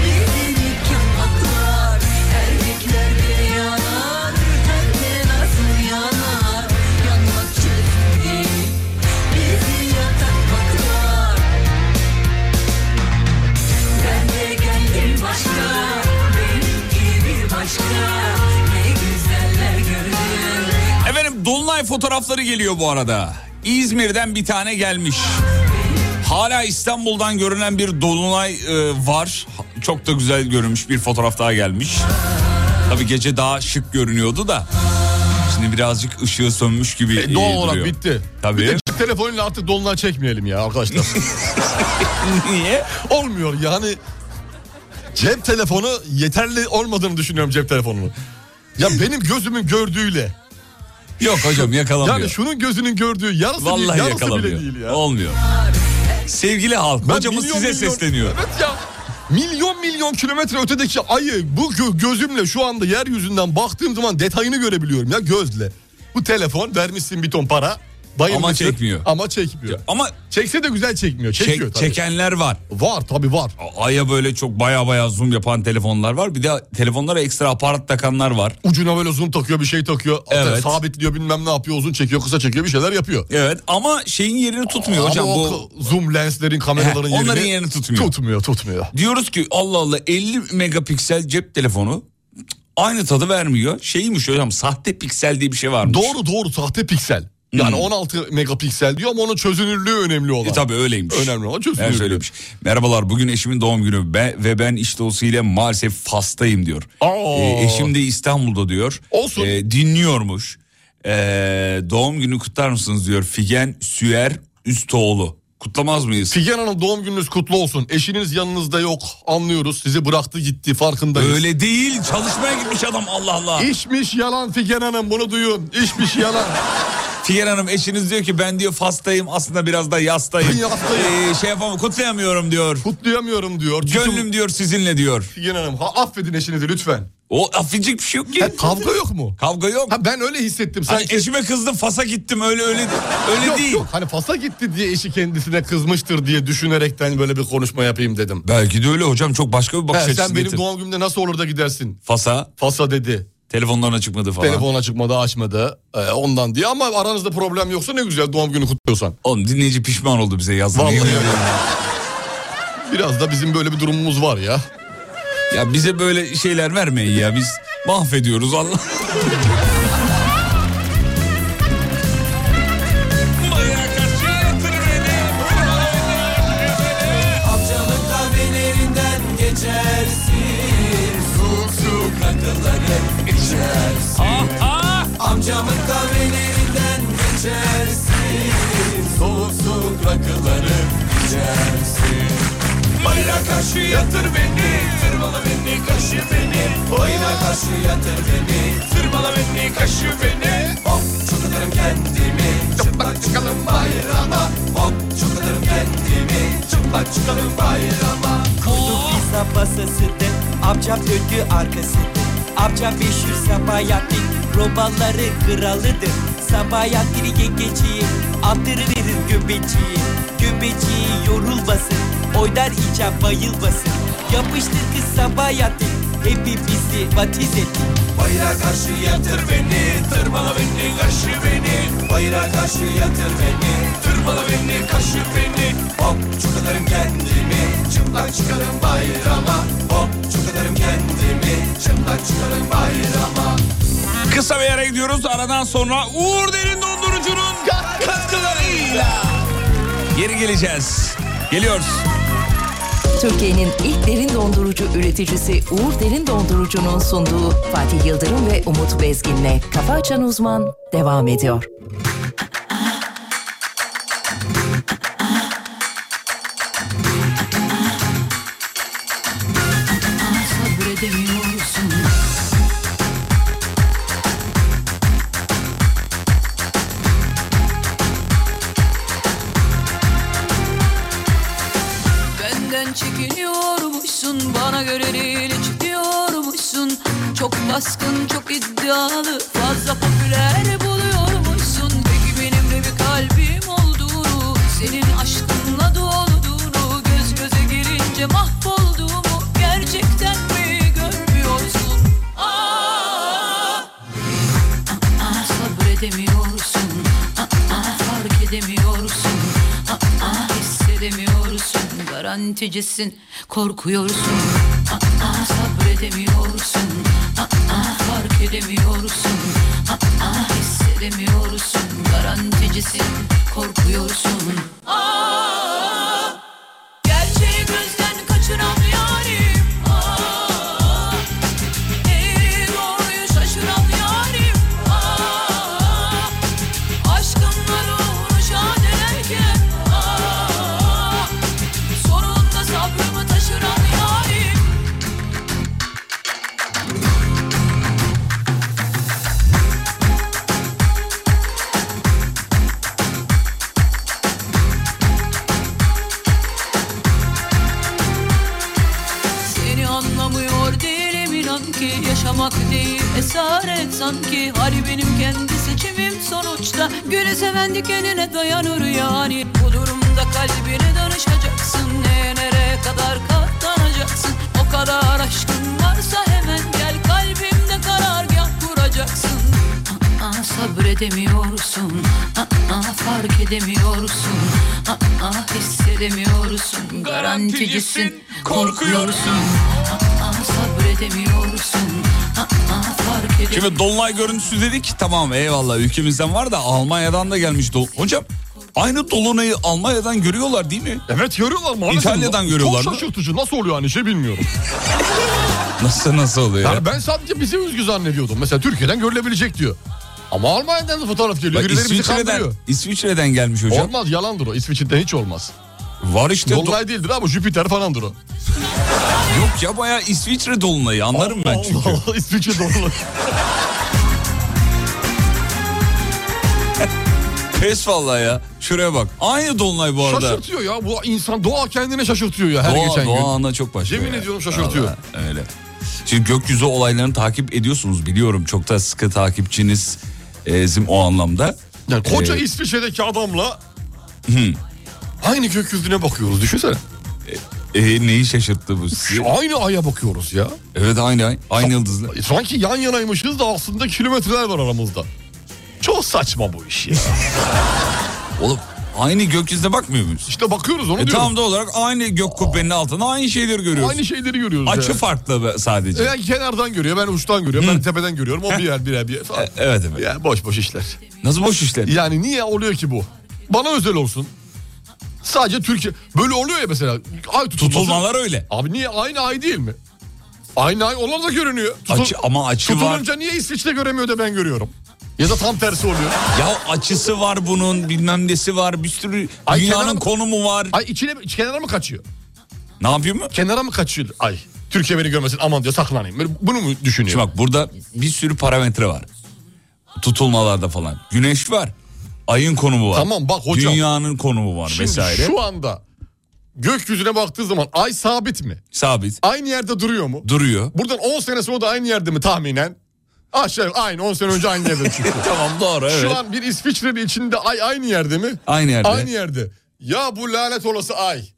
D: Bildirik yapmaklar Erkekler de yanar Hem de nasıl yanar Yanmak çirkin Bizi yatakmaklar Sen de geldin başka Benim gibi başka Ne güzeller gördün
B: Efendim Dolunay fotoğrafları geliyor bu arada. İzmir'den bir tane gelmiş. Hala İstanbul'dan görünen bir Dolunay e, var. Çok da güzel görünmüş bir fotoğraf daha gelmiş. Tabii gece daha şık görünüyordu da. Şimdi birazcık ışığı sönmüş gibi e,
C: E, doğal olarak
B: duruyor.
C: bitti.
B: Tabii.
C: Bir de cep telefonuyla artık dolunay çekmeyelim ya
B: <laughs>
C: arkadaşlar.
B: Niye?
C: Olmuyor yani. Cep telefonu yeterli olmadığını düşünüyorum cep telefonunun. Ya benim gözümün gördüğüyle.
B: Yok hocam yakalamıyor.
C: Yani şunun gözünün gördüğü yarısı, değil,
B: Vallahi
C: yarısı bile
B: yakalamıyor.
C: değil ya.
B: Olmuyor. Sevgili halk,
C: Ben
B: hocamız
C: milyon
B: size
C: milyon-
B: sesleniyor.
C: Evet ya. Milyon milyon kilometre ötedeki ayı bu gö- gözümle şu anda yeryüzünden baktığım zaman detayını görebiliyorum ya gözle. Bu telefon vermişsin bir ton para. bayılmışsın
B: çekmiyor.
C: Ama çekmiyor.
B: Ama
C: Çekse de güzel çekmiyor.
B: çek-
C: Çekiyor tabii.
B: çekenler var.
C: Var tabii var.
B: Ay'a böyle çok baya baya zoom yapan telefonlar var. Bir de telefonlara ekstra aparat takanlar var.
C: Ucuna böyle zoom takıyor bir şey takıyor. Hatta
B: Evet.
C: Sabitliyor bilmem ne yapıyor uzun çekiyor kısa çekiyor bir şeyler yapıyor.
B: Evet ama şeyin yerini tutmuyor
C: Ama
B: hocam
C: o
B: bu.
C: k- zoom lenslerin kameraların
B: Heh,
C: yerini,
B: onların yerini tutmuyor.
C: Tutmuyor tutmuyor.
B: Diyoruz ki Allah Allah 50 megapiksel cep telefonu cık, aynı tadı vermiyor. Şeymiş hocam sahte piksel diye bir şey varmış.
C: Doğru doğru sahte piksel. Yani
B: Hmm.
C: 16 megapixel diyor ama onun çözünürlüğü önemli olan.
B: E tabi öyleymiş.
C: Önemli olan çözünürlüğü.
B: Ben söylemiş. Merhabalar bugün eşimin doğum günü ben, ve ben iş dolayısıyla maalesef Fas'tayım diyor.
C: Aa.
B: E, eşim de İstanbul'da diyor.
C: Olsun.
B: E, dinliyormuş. E, doğum günü kutlar mısınız diyor Figen Süer Üstoğlu. Kutlamaz mıyız?
C: Figen Hanım doğum gününüz kutlu olsun. Eşiniz yanınızda yok anlıyoruz. Sizi bıraktı gitti farkındayız.
B: Öyle değil çalışmaya gitmiş adam Allah Allah.
C: İşmiş yalan Figen Hanım bunu duyun. İşmiş şey yalan.
B: Figen Hanım eşiniz diyor ki ben diyor fastayım aslında biraz da yastayım.
C: Yastayım.
B: Ee, şey yapamam kutlayamıyorum diyor.
C: Kutlayamıyorum diyor. Bütün-
B: Gönlüm diyor sizinle diyor.
C: Figen Hanım ha, affedin eşinizi lütfen.
B: O affedecek bir şey yok ki.
C: Ha, kavga yok mu?
B: Kavga yok.
C: Ha ben öyle hissettim
B: Hani
C: sanki.
B: eşime kızdım Fas'a gittim öyle öyle öyle
C: yok,
B: değil.
C: Yok. Hani Fas'a gitti diye eşi kendisine kızmıştır diye düşünerekten böyle bir konuşma yapayım dedim.
B: Belki de öyle hocam çok başka bir bakış
C: He,
B: açısı
C: sen benim
B: getir.
C: doğum günümde nasıl olur da gidersin?
B: Fas'a
C: Fas'a dedi.
B: telefonlarına çıkmadı falan.
C: Telefonuna çıkmadı açmadı Ee, ondan diye ama aranızda problem yoksa ne güzel doğum günü kutluyorsan.
B: Oğlum dinleyici pişman oldu bize yazdı.
C: Vallahi
B: Yemin
C: öyle.
B: ediyorum.
C: Biraz da bizim böyle bir durumumuz var ya.
B: Ya bize böyle şeyler vermeyin ya biz mahvediyoruz Allah.
A: Amcamın kahvelerinden geçersin Susuz rakıları içersin Amcamın kahvelerinden geçersin Susuz rakıları içersin Mayra kaşı yatır beni Tırmala beni kaşı beni Mayra kaşı yatır beni Tırmala beni kaşı beni Hop çok atarım kendimi Çıplak çıkalım bayrama Hop çok atarım kendimi Çıplak çıkalım bayrama
H: Kurduk pizza pasasını Amcam döndü arkasını Amcam meşhur Sabahattin Romanların kralıdır Sabahattin'i yengeciyi Attırıverir göbeciyi Göbeciyi yorulmasın Oynar içen bayılmasın Yapıştır kız Sabahattin Hepimizi vatiz etti
A: Bayrağa karşı yatır beni Tırmala beni kaşı beni Bayrağa karşı yatır beni Tırmala beni kaşı beni Hop çıkarım kendimi Çıplak çıkarım bayrama Hop çıkarım kendimi Çıplak çıkarım bayrama
B: Kısa bir yere gidiyoruz. Aradan sonra Uğur Derin Dondurucu'nun katkılarıyla geri geleceğiz. Geliyoruz.
E: Türkiye'nin ilk derin dondurucu üreticisi Uğur Derin Dondurucu'nun sunduğu Fatih Yıldırım ve Umut Bezgin'le Kafa Açan Uzman devam ediyor.
I: Sabredemiyorsun
J: Benden çekiniyormuşsun Bana göre değil hiç diyormuşsun Çok baskın çok iddialı Fazla popüler buluyormuşsun Peki benim de bir kalbim olduğunu Senin aşkınla dolduğunu Göz göze gelince mahvolduğumu Gerçekten mi görmüyorsun? Ah, Aa! Aa, ah, sabredemiyorsun Aa, aa, fark edemiyorsun Aa, aa, hissedemiyorsun garanticisin korkuyorsun Aa, aa, sabredemiyorsun Aa, aa, fark edemiyorsun Aa, aa, hissedemiyorsun garanticisin korkuyorsun Aa! Gerçeği gözden kaçıran yarim Aa! Eğri doğruyu şaşıran yarim Aa! Aşkımla ruhunu şad ederken Aa! Sonunda sabrımı taşıran yarim Seni anlamıyor değilim inan ki Yaşamak değil esaret sanki Hali benim kendi seçimim sonuçta Gülü seven dikenine dayanır yani Bu durumda kalbine danışacaksın Neye nereye kadar katlanacaksın O kadar aşkın varsa hemen gel Kalbimde karargah kuracaksın Aa, sabredemiyorsun Aa, fark edemiyorsun Aa, hissedemiyorsun Garanticisin korkuyorsun Aa, sabredemiyorsun Aa, fark edemiyorsun
B: Şimdi dolunay görüntüsü dedik. Tamam eyvallah ülkemizden var da Almanya'dan da gelmiş. Dol Hocam aynı dolunayı Almanya'dan görüyorlar değil mi?
C: Evet görüyorlar maalesef.
B: İtalya'dan görüyorlar mı?
C: Çok şaşırtıcı nasıl oluyor hani şey bilmiyorum.
B: Nasıl nasıl oluyor? ya?
C: Yani ben sadece bize özgü zannediyordum. Mesela Türkiye'den görülebilecek diyor. Ama Almanya'dan da fotoğraf geliyor.
B: Bak,
C: Birileri bizi
B: İsviçre'den,
C: kandırıyor.
B: İsviçre'den gelmiş hocam.
C: Olmaz yalandır o. İsviçre'den hiç olmaz.
B: Var işte do-
C: Dolunay değildir abi Jüpiter falandır o.
B: yok ya bayağı İsviçre dolunayı anlarım ben çünkü.
C: Allah Allah İsviçre dolunay.
B: Pes vallahi ya. Şuraya bak. Aynı dolunay <laughs> bu arada.
C: şaşırtıyor ya. Bu insan doğa kendine şaşırtıyor ya her
B: doğa,
C: geçen
B: doğa
C: gün.
B: ana çok başlıyor.
C: Yemin ediyorum şaşırtıyor.
B: Vallahi öyle. Şimdi gökyüzü olaylarını takip ediyorsunuz biliyorum. Çok da sıkı takipçiniz ezim o anlamda.
C: Yani koca
B: Ee,
C: İsviçre'deki adamla aynı gökyüzüne bakıyoruz düşünsene.
B: e, neyi şaşırttı bu sizi?
C: Şu aynı aya bakıyoruz ya.
B: Evet aynı ay. Aynı yıldızlı.
C: E, Sanki yan yanaymışız da aslında kilometreler var aramızda. Çok saçma bu iş ya.
B: <laughs> Oğlum aynı gökyüzüne bakmıyor muyuz?
C: işte bakıyoruz onu
B: E,
C: diyoruz.
B: tam da olarak aynı gök kubbenin altında aynı şeyleri görüyoruz.
C: Aynı şeyleri görüyoruz.
B: Açı
C: yani.
B: farklı be- sadece.
C: E, Yani kenardan görüyor, ben uçtan görüyorum, ben tepeden görüyorum. O bir yer, bir
B: <laughs>
C: yer, bir yer falan.
B: E, evet evet.
C: Ya boş boş işler.
B: Nasıl boş işler?
C: Yani niye oluyor ki bu? Bana özel olsun. Sadece Türkiye... Böyle oluyor ya mesela. Ay tutulması.
B: Tutulmalar öyle.
C: Abi niye? Aynı ay değil mi? Aynı ay olan da görünüyor. Tutul-
B: Açı, ama açı var.
C: tutulunca niye İsviçre göremiyor da ben görüyorum? Ya da tam tersi oluyor.
B: Ya açısı var bunun bilmem nesi var bir sürü
C: Ay,
B: dünyanın
C: kenara-
B: konumu var.
C: Ay içine, iç- kenara mı kaçıyor?
B: Ne yapayım mı?
C: Kenara mı kaçıyor ay? Türkiye beni görmesin aman diyor saklanayım. Böyle Bunu mu düşünüyor?
B: Şimdi bak burada bir sürü parametre var. Tutulmalarda falan. Güneş var. Ayın konumu var.
C: Tamam, bak hocam.
B: Dünyanın konumu var
C: Şimdi
B: vesaire.
C: şu anda gökyüzüne baktığı zaman ay sabit mi?
B: Sabit.
C: Aynı yerde duruyor mu?
B: Duruyor.
C: Buradan 10 sene sonra da aynı yerde mi tahminen? Aşağı aynı 10 sene önce aynı yerde çıktı.
B: <laughs> Tamam doğru evet.
C: Şu an bir İsviçre'nin içinde ay aynı yerde mi?
B: Aynı yerde.
C: Aynı yerde. Ya bu lanet olası ay.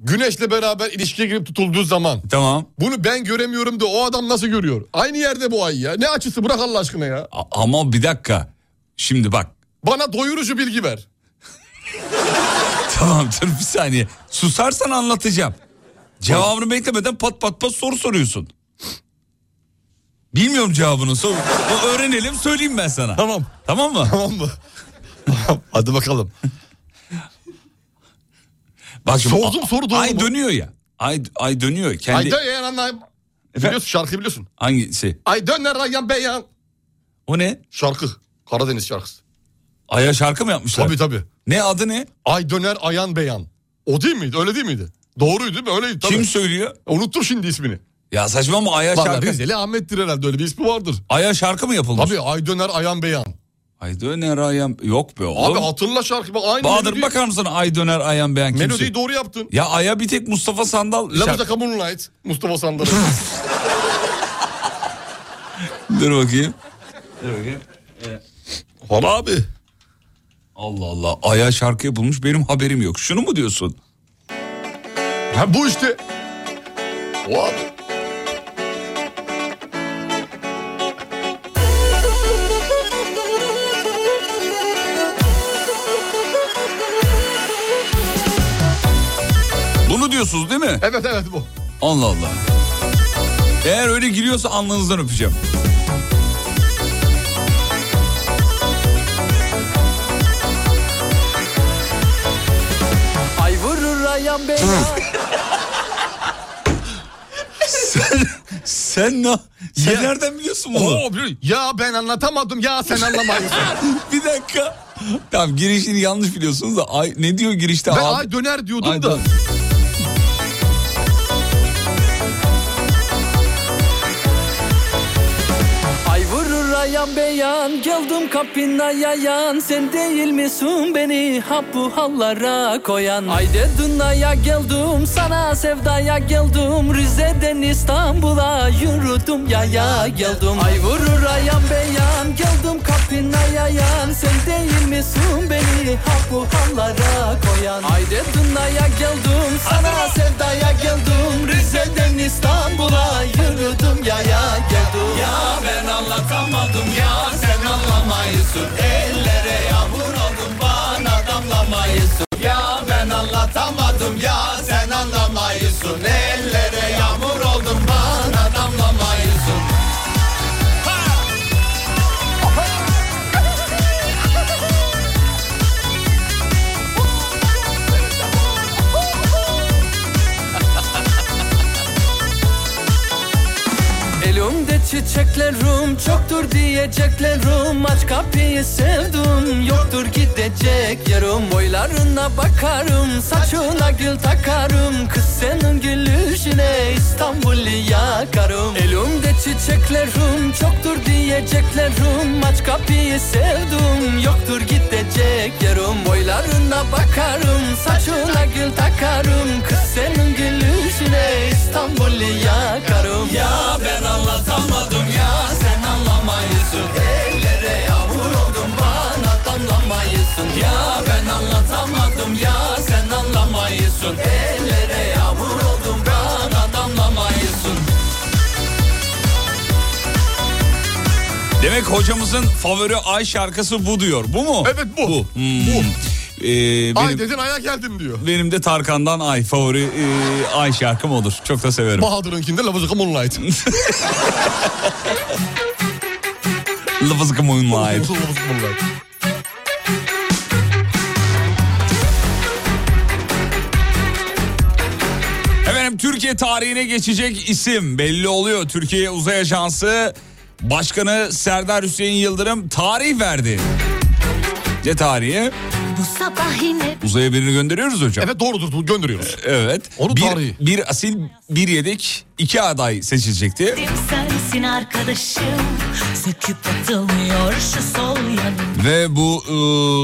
C: güneşle beraber ilişkiye girip tutulduğu zaman
B: Tamam.
C: bunu ben göremiyorum da o adam nasıl görüyor? Aynı yerde bu ay ya. Ne açısı bırak Allah aşkına ya.
B: A- ama bir dakika. Şimdi bak.
C: Bana doyurucu bilgi ver.
B: Tamam dur bir saniye. Susarsan anlatacağım. Cevabını beklemeden pat pat pat soru soruyorsun. Bilmiyorum cevabını. Sor. O öğrenelim söyleyeyim ben sana.
C: Tamam.
B: Tamam mı?
C: Tamam mı? <laughs> Tamam, Hadi bakalım.
B: Bak şimdi,
C: Sordum,
B: a-
C: soru doğru
B: Ay
C: mu?
B: dönüyor ya. Ay ay dönüyor. Kendi
C: Ay dön yan anlayayım. Biliyorsun şarkıyı biliyorsun.
B: hangisi?
C: Ay dön lan yan beyan.
B: O ne?
C: Şarkı. Karadeniz şarkısı.
B: Aya şarkı mı yapmışlar?
C: Tabii tabii.
B: Ne adı ne?
C: Ay döner ayan beyan. O değil miydi? Öyle değil miydi? Doğruydu değil mi? Öyleydi tabii.
B: Kim söylüyor?
C: Unuttum şimdi ismini.
B: Ya saçma mı Aya
C: Valla
B: şarkı?
C: Rizeli Ahmet'tir herhalde öyle bir ismi vardır.
B: Aya şarkı mı yapılmış?
C: Abi ay döner ayan beyan.
B: Ay döner ayağım. Yok be oğlum.
C: Abi hatırla şarkı. Bak aynı
B: Bahadır
C: melodiyi,
B: bakar mısın ay döner ayağım beğen kimse?
C: melodiyi doğru yaptın.
B: Ya aya bir tek Mustafa Sandal.
C: Labuza
B: şarkı-
C: Kamunlight. Mustafa Sandal'ı.
B: <laughs> Dur bakayım.
C: Ama abi.
B: Allah Allah. Aya şarkı yapılmış benim haberim yok. Şunu mu diyorsun?
C: Ha bu işte. O abi.
B: Bunu diyorsunuz değil mi?
C: Evet evet bu.
B: Allah Allah. Eğer öyle giriyorsa alnınızdan öpeceğim.
H: Ay vurur ayan beyan
B: Sen, sen ne? Sen
C: Ya-
B: nereden biliyorsun bunu?
C: Oo, bir- ya ben anlatamadım ya sen anlamayın.
B: Bir dakika. Tamam girişini yanlış biliyorsunuz da ay, ne diyor girişte
C: ben
B: abi?
C: ay döner diyordum
B: Ay
C: da.
B: dön-
H: Ay vurur ayan beyan Geldim kapına yayan Sen değil misin beni hap bu hallara koyan Ay dunaya geldim sana sevdaya geldim Rize'den İstanbul'a yürüdüm yaya geldim Ay vurur ayan beyan Geldim kapına yayan Sen değil misin beni hap bu hallara koyan Ay dunaya geldim sana sevdaya geldim Rize'den İstanbul'a yürüdüm yaya geldim Ya ben anlatamadım ya sen anlamayısın Ellere yağmur oldum bana damlamayısın Ya ben anlatamadım ya sen anlamayısın Ellere yağmur oldum bana damlamayısın Elimde çiçeklerim çoktur diyeceklerim Aç kapıyı sevdim yoktur gidecek yerim Boylarına bakarım saçına gül takarım Kız senin gülüşüne İstanbul'u yakarım Elimde çiçeklerim çoktur diyeceklerim Aç kapıyı sevdim yoktur gidecek yerim Boylarına bakarım saçına gül takarım Kız senin gülüşüne İstanbul'u yakarım Ya ben anlatamadım ya sen anlamayısın Ellere yağmur oldum bana damlamayısın Ya ben anlatamadım ya sen anlamayısın Ellere yağmur oldum bana damlamayısın
B: Demek hocamızın favori ay şarkısı bu diyor. Bu mu?
C: Evet bu. Bu.
B: Ee, <laughs> benim,
C: Ay dedin aya geldim diyor.
B: benim de Tarkan'dan ay favori e, ay şarkım odur. Çok da severim.
C: Bahadır'ınkinde Labuza Kamunlight.
B: <laughs> Lıvızgı Moonlight.
C: Labuza Kamunlight.
B: Efendim Türkiye tarihine geçecek isim belli oluyor. Türkiye Uzay Ajansı Başkanı Serdar Hüseyin Yıldırım tarih verdi. Ne tarihi?
F: Bu sabah yine
B: Uzaya birini gönderiyoruz hocam.
C: Evet doğrudur bu gönderiyoruz.
B: Evet.
C: Onu
B: bir,
C: tarihi.
B: bir asil, bir yedek, iki aday seçilecekti.
F: sensin arkadaşım Söküp atılmıyor şu sol yanım
B: Ve bu e,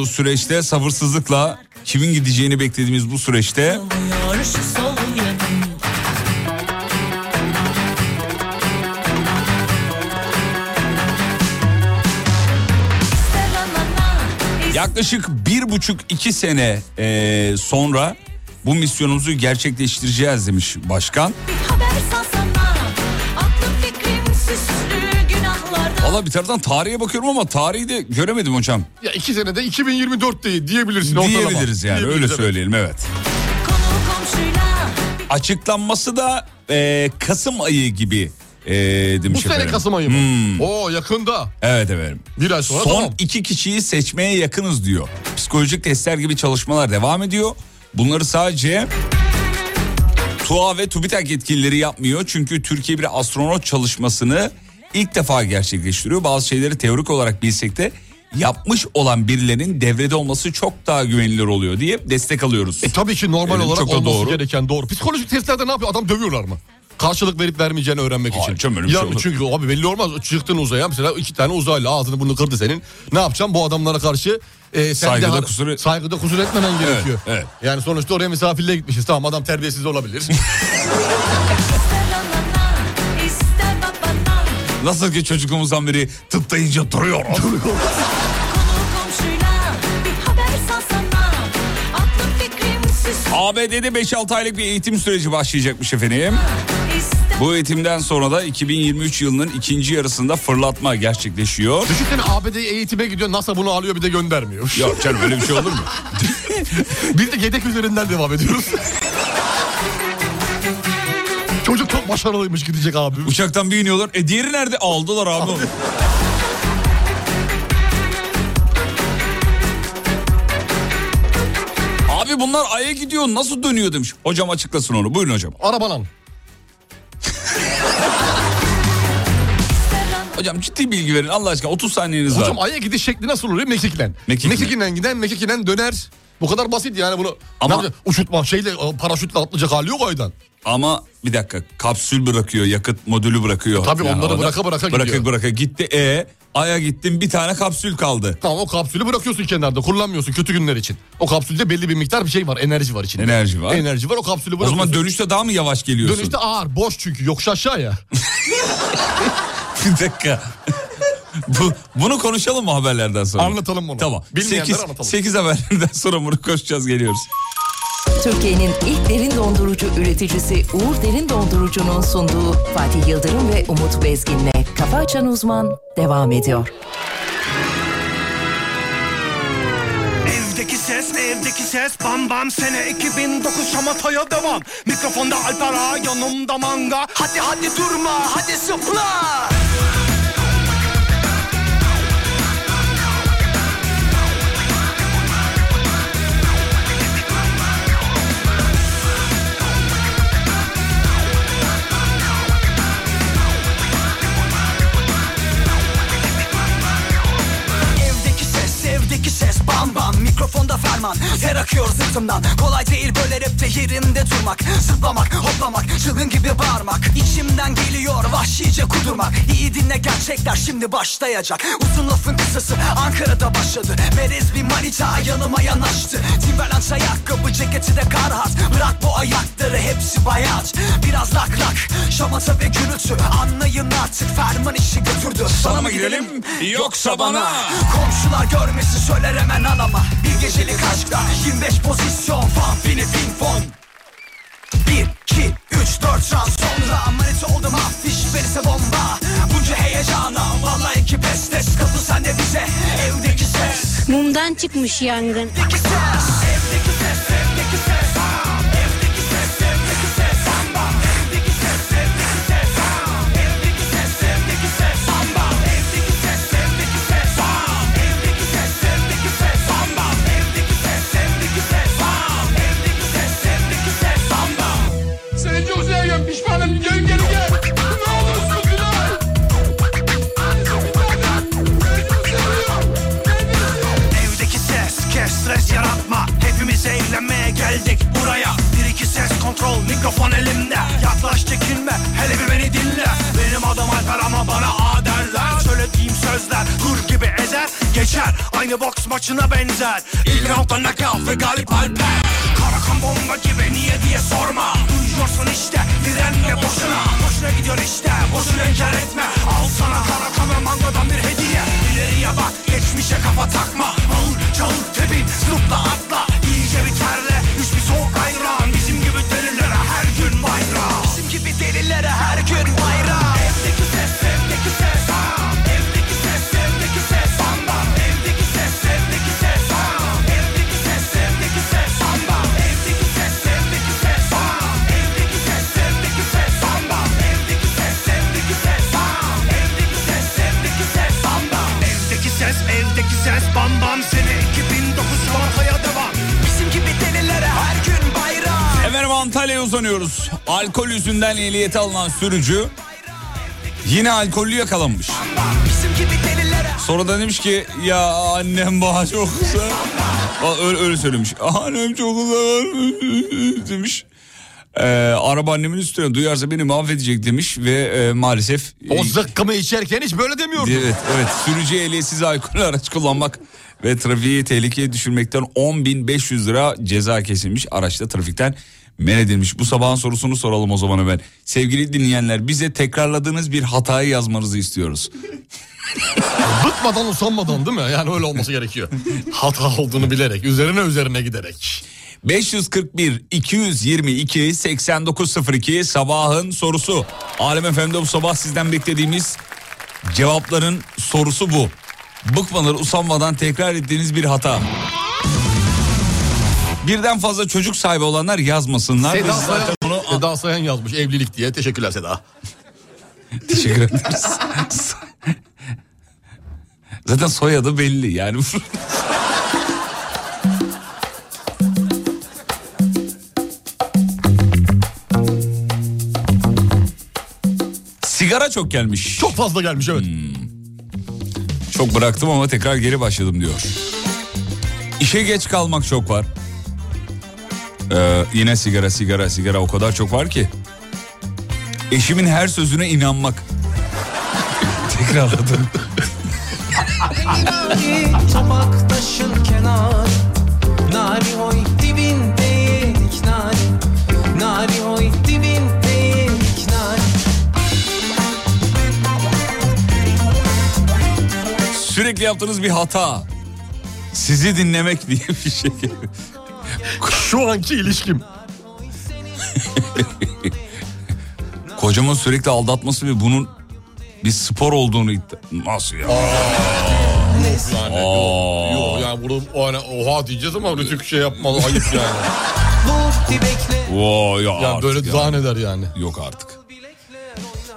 B: süreçte sabırsızlıkla kimin gideceğini beklediğimiz bu süreçte
F: Atılmıyor şu sol yanım
B: yaklaşık bir buçuk iki sene e, sonra Bu misyonumuzu gerçekleştireceğiz demiş başkan.
D: Haber salsana Aklım fikrim süslü günahlardan
B: Valla bir taraftan tarihe bakıyorum ama tarihi de göremedim hocam.
C: Ya iki senede 2024'te diyebilirsin ortalama.
B: Diyebiliriz yani
C: Diyebiliriz,
B: öyle
C: evet.
B: söyleyelim evet.
D: Konu komşuyla
B: Açıklanması da e, Kasım ayı gibi e,
C: Bu
B: demiş
C: sene
B: efendim. Hmm.
C: Kasım ayı mı? Oo yakında.
B: Evet efendim.
C: Bir ay sonra
B: Son
C: tamam.
B: iki kişiyi seçmeye yakınız diyor. Psikolojik testler gibi çalışmalar devam ediyor. Bunları sadece TUA ve TÜBİTAK yetkilileri yapmıyor. Çünkü Türkiye bir astronot çalışmasını ilk defa gerçekleştiriyor. Bazı şeyleri teorik olarak bilsek de yapmış olan birilerinin devrede olması çok daha güvenilir oluyor diye destek alıyoruz.
C: E tabii ki normal
B: Evet,
C: olarak
B: çok da
C: olması
B: doğru.
C: gereken doğru. Psikolojik testlerde ne yapıyor? Adam dövüyorlar mı? Karşılık verip vermeyeceğini öğrenmek
B: Hayır,
C: için.
B: canım öyle bir
C: Ya
B: şey olur.
C: çünkü abi belli olmaz. Çıktın uzaya mesela iki tane uzaylı ağzını burnunu kırdı senin. Ne yapacaksın bu adamlara karşı? e, sen
B: Saygıda
C: de har-
B: kusur-
C: Saygıda kusur etmemen gerekiyor.
B: evet.
C: Yani sonuçta oraya misafirliğe gitmişiz. Tamam adam terbiyesiz olabilir.
B: <laughs>
D: ister anana ister babana
B: Nasıl ki çocukluğumuzdan beri tıptayınca duruyor.
D: Konu komşuyla bir haber salsana Aklım fikrim süslü
B: ABD'de 5-6 aylık bir eğitim süreci başlayacakmış efendim.
D: ister
B: Bu eğitimden sonra da 2023 yılının ikinci yarısında fırlatma gerçekleşiyor.
C: Düşünsene ABD'ye eğitime gidiyor. NASA bunu alıyor bir de göndermiyor.
B: Yok canım öyle bir şey olur mu?
C: <laughs> Biz de yedek üzerinden devam ediyoruz. Çocuk çok başarılıymış gidecek abi.
B: Uçaktan bir iniyorlar. E diğeri nerede? Aldılar abi. onu. Abi bunlar Ay'a gidiyor nasıl dönüyor demiş. Hocam açıklasın onu. Buyurun hocam.
C: Arabalan.
B: Hocam ciddi bilgi verin Allah aşkına 30 saniyeniz var.
C: Hocam Ay'a gidiş şekli nasıl oluyor? Meksik'len.
B: Meksik'len.
C: Meksik'len giden Meksik'len döner. Bu kadar basit yani bunu.
B: Ama-
C: Ama... Uçutma şeyle e, paraşütle atlayacak hali yok aydan.
B: Ama bir dakika kapsül bırakıyor yakıt modülü bırakıyor.
C: Tabii onları
B: orada.
C: bıraka bıraka
B: bıraka,
C: gidiyor.
B: Bıraka gitti e Ay'a gittim bir tane kapsül kaldı.
C: Tamam o kapsülü bırakıyorsun kenarda kullanmıyorsun kötü günler için. O kapsülde belli bir miktar bir şey var enerji var içinde.
B: Enerji var.
C: Enerji var o kapsülü
B: O
C: bırakıyorsun.
B: zaman dönüşte daha mı yavaş geliyorsun?
C: Dönüşte ağır boş çünkü yokuş aşağı ya.
B: <laughs> Bir dakika. Bu, bunu konuşalım mı haberlerden sonra?
C: Anlatalım bunu.
B: Tamam.
C: Bilmeyenlere
B: 8,
C: anlatalım.
B: 8 haberlerden sonra bunu konuşacağız geliyoruz.
E: Türkiye'nin ilk derin dondurucu üreticisi Uğur Derin Dondurucu'nun sunduğu Fatih Yıldırım ve Umut Bezgin'le Kafa Açan Uzman devam ediyor.
A: Evdeki ses evdeki ses bam bam sene 2009 şamataya devam Mikrofonda Alpera yanımda manga Hadi hadi durma hadi zıpla Evdeki ses, evdeki ses bam bam Mikrofonda ferman, ter akıyor sırtımdan Kolay değil böyle rapte yerinde durmak Zıplamak, hoplamak, çılgın gibi bağırmak İçimden geliyor vahşice kudurmak İyi dinle gerçekler şimdi başlayacak Uzun lafın kısası Ankara'da başladı Berez bir manita yanıma yanaştı Timberland ayakkabı ceketi de karhat Bırak bu ayakları hepsi bayat Biraz lak lak, şamata ve gürültü Anlayın artık ferman işi götürdü
B: Sana mı girelim, yoksa bana?
A: Komşular görmesi söyler hemen anama Bir gecelik aşkta 25 pozisyon Fan fini fin fon 1, 2, 3, 4 şans sonra Manita oldum afiş verirse bomba Bunca heyecana Vallahi ki bestes Kapı sende bize Evdeki ses
F: Mumdan çıkmış yangın.
A: Evdeki ses Evdeki ses Evdeki ses Evdeki ses Evdeki ses Samba Evdeki ses Evdeki ses Evdeki ses Evdeki ses Samba Evdeki ses Evdeki ses Evdeki ses Evdeki ses Samba Evdeki ses Evdeki ses Evdeki ses Evdeki ses Samba
K: Seni çok seviyorum pişmanım gel gel gel. Ne olursun Bilal. Annesi bir tanem. Seni çok seviyorum.
A: Evdeki ses kes stres yaratma Hepimiz eğlenmeye geldik buraya Bir iki ses kontrol mikrofon elimde Yaklaş çekinme hele bir beni dinle Benim adım Alper ama bana A derler Söylediğim sözler hır gibi ezer Geçer aynı boks maçına benzer İlk roundda knockout ve galip Alper Karakan bomba gibi niye diye sorma Duyuyorsun işte direnme boşuna Boşuna gidiyor işte boşuna inkar etme Al sana karakan ve mangodan bir hediye İleriye bak geçmişe kafa takma Ağır çağır tepin zıpla atla İyice bir terle üç bir soğuk ayran
B: uzanıyoruz. Alkol yüzünden ehliyete alınan sürücü yine alkollü yakalanmış. Sonra da demiş ki ya annem bana çok güzel. Aa, Öyle, öyle söylemiş. Annem çok güzel <laughs> demiş. Ee, araba annemin üstüne duyarsa beni mahvedecek demiş ve e, maalesef...
C: O zıkkımı içerken hiç böyle demiyordu.
B: Evet, evet. Sürücü ehliyetsiz alkol <laughs> araç kullanmak ve trafiği tehlikeye düşürmekten 10.500 lira ceza kesilmiş. Araçta trafikten men edilmiş. Bu sabahın sorusunu soralım o zaman hemen. Sevgili dinleyenler bize tekrarladığınız bir hatayı yazmanızı istiyoruz.
C: Bıkmadan usanmadan değil mi? Yani öyle olması gerekiyor. <laughs> Hata olduğunu bilerek, üzerine üzerine giderek.
B: 541 222 8902 sabahın sorusu. Alem FM'de bu sabah sizden beklediğimiz cevapların sorusu bu. Bıkmadan usanmadan tekrar ettiğiniz bir hata. Birden fazla çocuk sahibi olanlar yazmasınlar.
C: Seda
B: Biz zaten
C: Sayan,
B: bunu
C: Seda Sayan yazmış evlilik diye. Teşekkürler Seda.
B: <laughs> teşekkür ederiz. zaten soyadı belli yani. Sigara çok gelmiş. Hmm.
C: Çok fazla gelmiş evet.
B: Çok bıraktım ama tekrar geri başladım diyor. İşe geç kalmak çok var. Ee, yine sigara sigara sigara o kadar çok var ki. Eşimin her sözüne inanmak. <laughs> Tekrarladım.
H: Tabak taşın kenar Nari oy dibindeydik nari Nari oy dibindeydik nari
B: Sürekli yaptığınız bir hata. Sizi dinlemek diye bir şey.
C: Şu anki ilişkim.
B: <laughs> Kocamın sürekli aldatması ve bunun bir spor olduğunu iddia... Nasıl ya?
C: Yani, yok, yok yani bunu yani, oha diyeceğiz ama Rütük şey yapmalı ayıp yani.
B: Vay ya
C: yani
B: artık
C: böyle
B: ya.
C: zanneder yani.
B: Yok artık.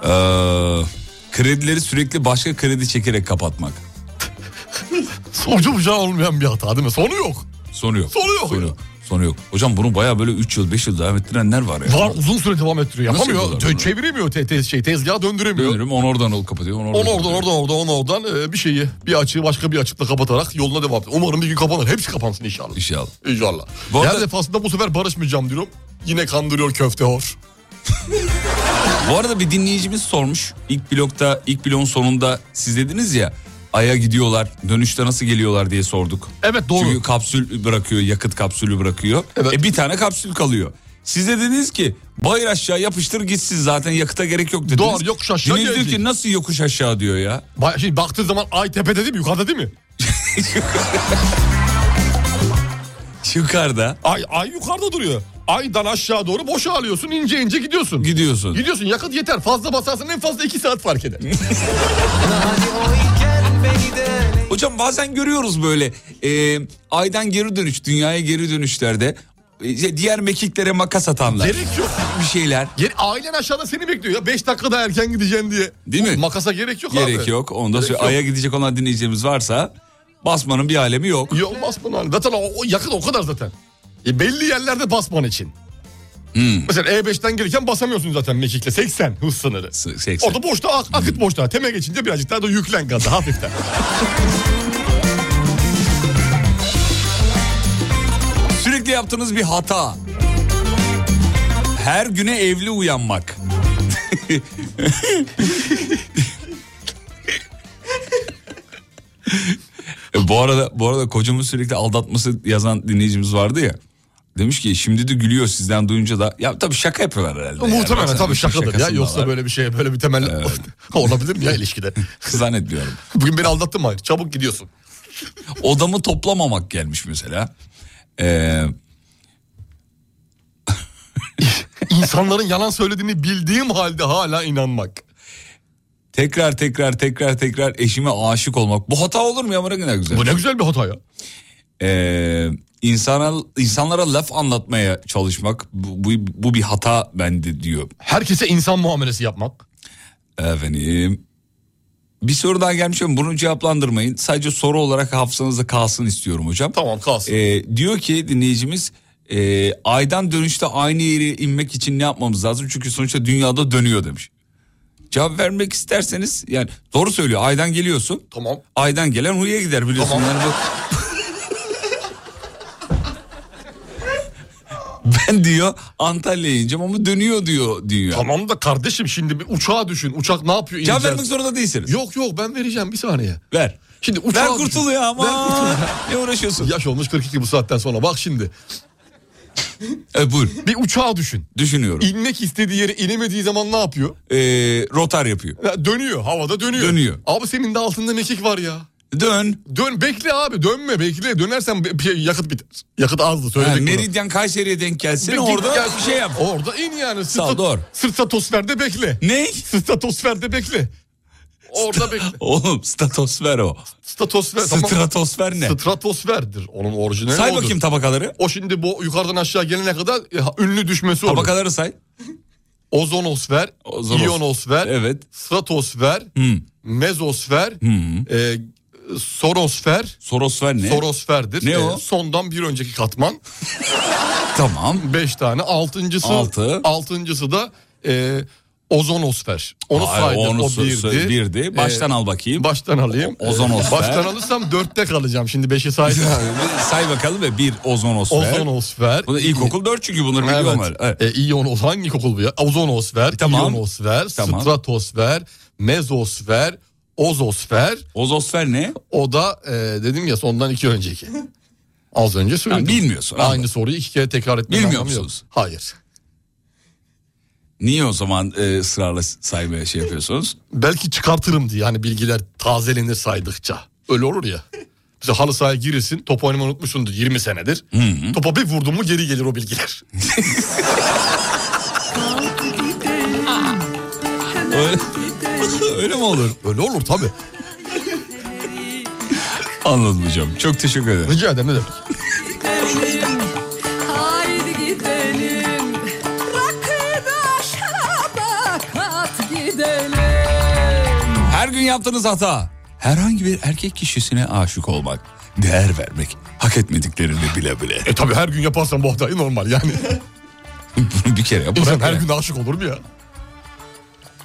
B: Ee, kredileri sürekli başka kredi çekerek kapatmak.
C: Sonucu bucağı olmayan bir hata değil mi? Sonu yok.
B: Sonu yok.
C: Sonu yok.
B: Sonu Sonu yok. Hocam bunun bayağı böyle 3 yıl 5 yıl devam ettirenler var ya.
C: Var uzun süre devam ettiriyor.
B: Nasıl
C: Yapamıyor.
B: yapıyorlar
C: Te-
B: bunu?
C: çeviremiyor te- te- şey, tezgahı döndüremiyor.
B: Dönürüm onu oradan alıp kapatıyor. Onu oradan,
C: Onu oradan
B: kapatıyor.
C: oradan oradan onu oradan e, bir şeyi bir açığı başka bir açıkla kapatarak yoluna devam ediyor. Umarım bir gün kapanır. Hepsi kapansın inşallah.
B: İnşallah.
C: İnşallah.
B: Bu arada-
C: Her defasında bu sefer barışmayacağım diyorum. Yine kandırıyor köfte hor.
B: Bu arada bir dinleyicimiz sormuş. İlk blokta, ilk bloğun sonunda siz dediniz ya Ay'a gidiyorlar, dönüşte nasıl geliyorlar diye sorduk.
C: Evet doğru.
B: Çünkü kapsül bırakıyor, yakıt kapsülü bırakıyor.
C: Evet.
B: E bir tane kapsül kalıyor. Siz de dediniz ki bayır aşağı yapıştır gitsin zaten yakıta gerek yok dediniz.
C: Doğru, yokuş aşağı
B: Dinleyici diyor
C: gelecek.
B: ki nasıl yokuş aşağı diyor ya.
C: Ba- Şimdi baktığı zaman ay tepede değil mi? Yukarıda değil mi?
B: <laughs> Yukarıda
C: Ay, ay yukarıda duruyor. Aydan aşağı doğru boşa alıyorsun ince ince gidiyorsun.
B: gidiyorsun.
C: Gidiyorsun yakıt yeter. Fazla basarsan en fazla 2 saat fark eder.
B: Hocam bazen görüyoruz böyle e, aydan geri dönüş, dünyaya geri dönüşlerde e, diğer mekiklere makas atanlar.
C: Gerek yok.
B: <laughs> bir şeyler.
C: Geri, ailen aşağıda seni bekliyor ya. 5 dakikada erken gideceksin diye.
B: Değil mi?
C: Makasa gerek yok abi.
B: Gerek yok. Ondan
C: Gerek
B: sonra
C: yok.
B: Ay'a gidecek olan dinleyicilerimiz varsa basmanın bir alemi yok.
C: Yok basman hali. Zaten o, o yakıt o kadar zaten. E, belli yerlerde basman için.
B: Hmm.
C: Mesela E5'ten gelirken basamıyorsun zaten mekikle. 80 hız sınırı.
B: S- 80.
C: Orada boşta ak- akıt boşta. Teme geçince birazcık daha da yüklen gaza hafiften.
B: Sürekli yaptığınız bir hata. Her güne evli uyanmak. E, bu arada bu arada kocamın sürekli aldatması yazan dinleyicimiz vardı ya. Demiş ki şimdi de gülüyor sizden duyunca da. Ya tabii şaka yapıyorlar herhalde. yani.
C: Muhtemelen
B: Baksana,
C: tabii
B: işin
C: şakadır ya.
B: şakasındalar.
C: Yoksa böyle bir şey böyle bir temel <laughs> olabilir mi ya ilişkide?
B: <laughs> Zannetmiyorum.
C: <laughs> Bugün beni aldattın mı? Hayır. Çabuk gidiyorsun.
B: <laughs> Odamı toplamamak gelmiş mesela. Ee, <laughs>
C: İnsanların yalan söylediğini bildiğim halde hala inanmak.
B: tekrar tekrar tekrar tekrar eşime aşık olmak. Bu hata olur mu ya? Bu ne kadar güzel.
C: Bu ne güzel bir hata ya.
B: Ee, insana, insanlara laf anlatmaya çalışmak bu, bu, bu bir hata bende diyor
C: Herkese insan muamelesi yapmak.
B: efendim. Bir soru daha gelmiş ama bunu cevaplandırmayın. Sadece soru olarak hafızanızda kalsın istiyorum hocam.
C: Tamam kalsın.
B: Ee, diyor ki dinleyicimiz e, aydan dönüşte aynı yere inmek için ne yapmamız lazım? Çünkü sonuçta dünyada dönüyor demiş. Cevap vermek isterseniz yani doğru söylüyor. Aydan geliyorsun. Tamam. Aydan gelen huya gider biliyorsun. Yani bu- <laughs> ben diyor Antalya'ya ineceğim ama dönüyor diyor dünya.
C: Tamam da kardeşim şimdi bir uçağa düşün. Uçak ne yapıyor?
B: Cevap
C: İneceğiz.
B: vermek zorunda değilsiniz.
C: Yok yok ben vereceğim bir saniye.
B: Ver.
C: Şimdi uçağa
B: Ver
C: düşün.
B: kurtul ya aman.
C: Ver kurtul.
B: Ne uğraşıyorsun?
C: Yaş olmuş 42 bu saatten sonra. Bak şimdi.
B: E, buyur.
C: Bir uçağa düşün.
B: Düşünüyorum.
C: İnmek istediği yere inemediği zaman ne yapıyor?
B: E, rotar yapıyor.
C: Ya dönüyor. Havada dönüyor.
B: Dönüyor.
C: Abi senin de altında mekik var ya.
B: Dön.
C: Dön bekle abi dönme bekle. Dönersen be- şey, yakıt biter. Yakıt azdı söyledik
B: Ha,
C: bunu.
B: Meridyen Kayseri'ye denk gelsin.
C: Bir git
B: <laughs> orada
C: gel-
B: bir şey yap.
C: Orada in yani.
B: Sağ ol,
C: Sırta-
B: doğru.
C: Sırtatosferde bekle.
B: Ne?
C: Stratosferde bekle. Orada bekle.
B: Oğlum statosfer o.
C: Statosfer. tamam.
B: Stratosfer ne?
C: Stratosferdir. Onun orijinali
B: Say
C: odur.
B: bakayım tabakaları.
C: O şimdi bu yukarıdan aşağı gelene kadar e, ünlü düşmesi olur.
B: Tabakaları say.
C: Ozonosfer,
B: Ozonos-
C: iyonosfer,
B: Evet.
C: stratosfer,
B: Hmm.
C: mezosfer,
B: Hmm.
C: e, sorosfer,
B: Sorosfer ne?
C: sorosferdir.
B: Ne o?
C: E, Sondan bir önceki katman.
B: <laughs> Tamam.
C: Beş tane. Altıncısı,
B: Altı.
C: altıncısı da e, ozonosfer. Onu
B: Hayır,
C: saydım.
B: onu
C: o
B: sö- sö-
C: birdi. E,
B: birdi. Baştan al bakayım.
C: Baştan alayım.
B: O- ozonosfer.
C: Baştan alırsam dörtte kalacağım. Şimdi beşi saydım.
B: <laughs> say bakalım ve bir ozonosfer.
C: ozonosfer.
B: Bu da ilkokul dört çünkü bunları
C: Evet.
B: biliyorlar. Evet.
C: E, iyonos- hangi kokul bu ya? Ozonosfer,
B: Tamam.
C: iyonosfer,
B: Tamam.
C: stratosfer, mezosfer, ozosfer.
B: Ozosfer ne?
C: O da e, dedim ya sondan iki
B: <laughs>
C: önceki. Az önce söyledim.
B: Ha, bilmiyorsun,
C: Aynı
B: anladım.
C: soruyu iki kere tekrar etmenin
B: Bilmiyor
C: anlamı yok.
B: musunuz?
C: Hayır.
B: Niye o zaman e, ısrarla saymaya şey yapıyorsunuz?
C: Belki çıkartırım diye hani bilgiler tazelenir saydıkça. Öyle olur ya. Mesela halı sahaya girirsin top oynamayı unutmuşsundur 20 senedir. Topa bir vurdun mu geri gelir o bilgiler.
K: Ah.
B: Öyle, <laughs> öyle mi olur?
C: Öyle olur tabii.
B: Anladım hocam. Çok teşekkür ederim.
C: Rica ederim ne demek.
D: Haydi gidelim Rakıda şaraba kat gidelim
B: Her gün yaptığınız hata. Herhangi bir erkek kişisine aşık olmak. Değer vermek. Hak etmediklerini bile bile.
C: E tabii her gün yaparsan bu hatayı normal yani.
B: <laughs> Bunu bir kere yap.
C: İnsan
B: bırak
C: her
B: ya.
C: gün aşık olur mu ya?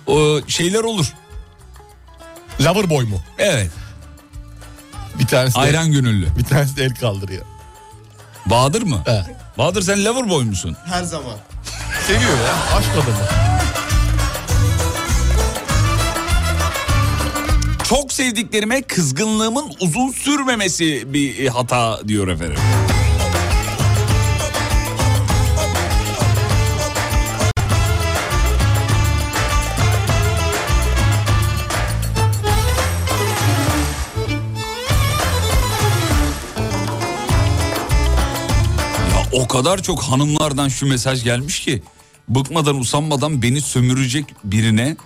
B: O şeyler olur.
C: Lover boy mu?
B: Evet.
C: Bir tanesi de,
B: Ayran gönüllü.
C: bir tanesi de el kaldırıyor.
B: Bahadır mı?
C: He.
B: Bahadır sen lover boy musun?
L: Her zaman.
C: Seviyor ya aşk adamı.
B: Çok sevdiklerime kızgınlığımın uzun sürmemesi bir e, hata diyor efendim. Ya o kadar çok hanımlardan şu mesaj gelmiş ki bıkmadan usanmadan beni sömürecek birine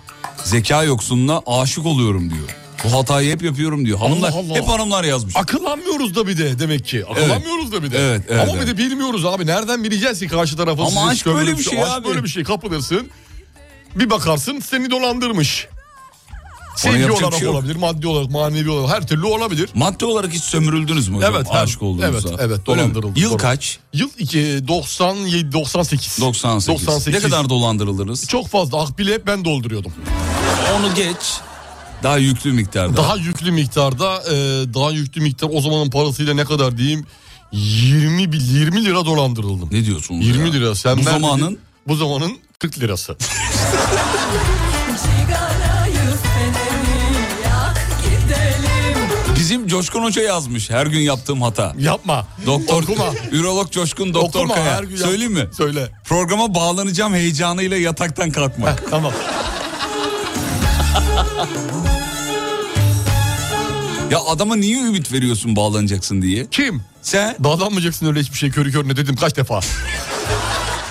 B: zeka yoksunluğuna aşık oluyorum diyor. Bu hatayı hep yapıyorum diyor. Hanımlar
C: Allah Allah.
B: hep hanımlar yazmış.
C: Akıllanmıyoruz da bir de demek ki. Akıllanmıyoruz da bir de.
B: Evet, evet,
C: Ama
B: evet.
C: bir de bilmiyoruz abi. Nereden bileceğiz ki karşı tarafa?
B: Ama
C: sizin
B: aşk böyle
C: sömürücü-
B: bir şey
C: aşk
B: abi.
C: böyle bir şey. Kapılırsın. Bir bakarsın seni dolandırmış.
B: Ona
C: Sevgi
B: yapacak
C: olarak
B: bir şey yok.
C: olabilir, maddi olarak, manevi olarak her türlü olabilir.
B: Madde olarak hiç sömürüldünüz mü hocam?
C: Evet, hem-
B: aşık olduğunuzda.
C: evet, evet,
B: Öyle mi?
C: dolandırıldık,
B: Yıl
C: doğru.
B: kaç?
C: Yıl iki- 97 98.
B: 98. Ne kadar dolandırılırız?
C: Çok fazla akbili hep ben dolduruyordum.
B: Onu geç. Daha yüklü miktarda.
C: Daha yüklü miktarda e, daha yüklü miktar o zamanın parasıyla ne kadar diyeyim 20 bil- 20 lira dolandırıldım.
B: Ne diyorsunuz
C: 20
B: ya?
C: lira sen
B: Bu
C: ver dedin,
B: zamanın
C: bu zamanın 40
B: <laughs>
C: lirası.
B: bizim Coşkun Hoca yazmış her gün yaptığım hata.
C: Yapma.
B: Doktor,
C: Okuma.
B: ürolog Coşkun Doktor
C: Okuma,
B: Kaya.
C: her gün yap-
B: Söyleyeyim mi?
C: Söyle.
B: Programa bağlanacağım heyecanıyla yataktan kalkmak.
C: Tamam.
B: Ya adama niye ümit veriyorsun bağlanacaksın diye?
C: Kim?
B: Sen
C: Bağlanmayacaksın öyle hiçbir şey körü körüne dedim kaç defa.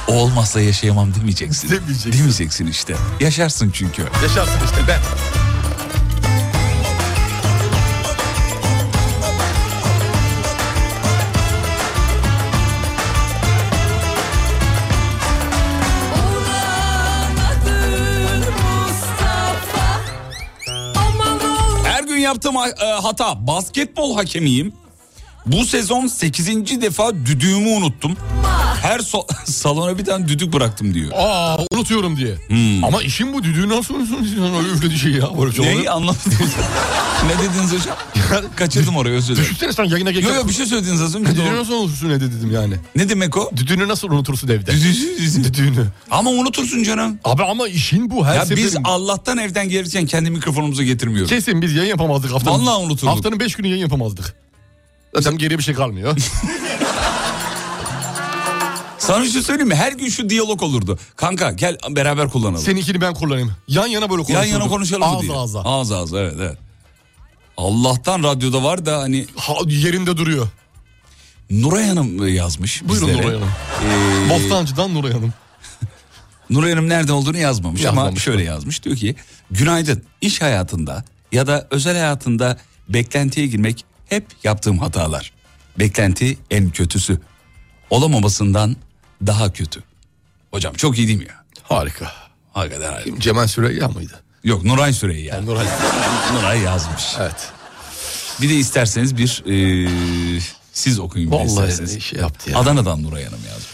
B: olmazsa yaşayamam demeyeceksin.
C: Demeyeceksin.
B: Demeyeceksin işte. Yaşarsın çünkü.
C: Yaşarsın işte ben.
B: Her gün yaptığım ha- e, hata basketbol hakemiyim. Bu sezon 8. defa düdüğümü unuttum. Her so- <laughs> salona bir tane düdük bıraktım diyor. Hmm.
C: Aa unutuyorum diye. Ama işin bu düdüğü nasıl unutursun? Öyle üfledi şey ya. Böyle bir şey olur.
B: Neyi anlamadım. <laughs> ne dediniz hocam? Kaçırdım orayı özür dilerim.
C: Düşünsene sen yayına gelip.
B: Yok yok bir şey söylediniz az önce.
C: Düdüğünü
B: doğru.
C: nasıl unutursun evde dedim yani.
B: Ne demek o?
C: Düdüğünü nasıl unutursun evde?
B: Düdüğü-
C: Düdüğünü.
B: Ama unutursun canım.
C: Abi ama işin bu her
B: Ya biz
C: seferin-
B: Allah'tan evden gelirken kendi mikrofonumuzu getirmiyoruz.
C: Kesin biz yayın yapamazdık haftanın.
B: Vallahi unuturduk.
C: Haftanın 5 günü yayın yapamazdık. Zaten geriye bir şey kalmıyor.
B: <laughs> Sana bir şey söyleyeyim mi? Her gün şu diyalog olurdu. Kanka gel beraber kullanalım.
C: Seninkini ben kullanayım. Yan yana böyle
B: Yan
C: konuşuyorduk.
B: yana konuşalım mı
C: Ağız
B: diye.
C: ağza.
B: Ağız ağza evet evet. Allah'tan radyoda var da hani
C: Ha, yerinde duruyor.
B: Nuray Hanım e, yazmış
C: Buyurun
B: bizlere.
C: Nuray Hanım.
B: Ee,
C: Bostancı'dan Nuray Hanım.
B: Nuray Hanım nerede olduğunu yazmamış, ama
C: Yazmamış.
B: şöyle yazmış. Diyor ki günaydın iş hayatında ya da özel hayatında beklentiye girmek hep yaptığım hatalar. Beklenti en kötüsü. Olamamasından daha kötü. Hocam çok iyi değil mi ya?
C: Harika.
B: Hakikaten harika.
C: Cemal Süreyya mıydı?
B: Yok Nuray Süreyya. Yani.
C: Nuray.
B: Nuray yazmış.
C: evet.
B: Bir de isterseniz bir eee, siz okuyun. bir de isterseniz.
C: Vallahi şey yaptı ya.
B: Adana'dan Nuray Hanım yazmış.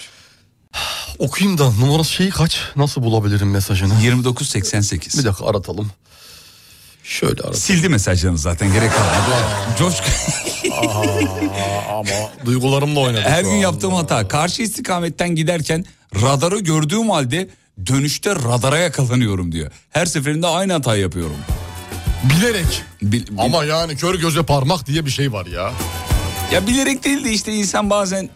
C: Okuyayım da numarası şeyi kaç? Nasıl bulabilirim mesajını?
B: 2988.
C: Bir dakika aratalım. Şöyle aratalım.
B: Sildi mesajlarını zaten gerek kalmadı. Coşku.
C: Ama duygularımla oynadım.
B: Her gün yaptığım hata. Karşı istikametten giderken radarı gördüğüm halde dönüşte radara yakalanıyorum diyor. Her seferinde aynı hatayı yapıyorum.
C: Bilerek.
B: Bil- bil-
C: Ama yani kör göze parmak diye bir şey var ya.
B: Ya bilerek değil de işte insan bazen...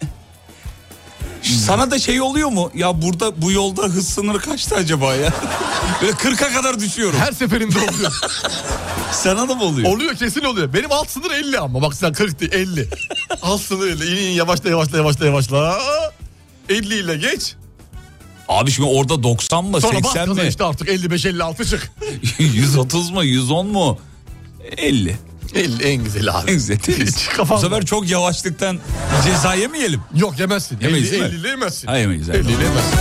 B: Sana da şey oluyor mu? Ya burada bu yolda hız sınırı kaçtı acaba ya? <laughs> Böyle 40'a kadar düşüyorum.
C: Her seferinde oluyor.
B: <laughs> Sana da mı oluyor?
C: oluyor kesin oluyor. Benim alt sınır 50 ama. Bak sen 40 değil 50. alt sınır 50. İn, in, yavaşla yavaşla yavaşla yavaşla. 50 ile geç.
B: Abi şimdi orada 90 mı
C: Sonra bas
B: 80
C: gaza
B: mi
C: işte artık 55-56 çık.
B: <laughs> 130 mu 110 mu 50
C: 50 en güzel abi.
B: izletiriz.
C: Hiç kafam
B: Bu
C: var.
B: sefer çok yavaşlıktan ceza yemeyelim.
C: Yok yemezsin.
B: Yemeyiz,
C: 50,
B: değil mi?
C: 50 ile yemezsin.
B: Ha, yemeyiz, evet.
C: 50 ile yemezsin.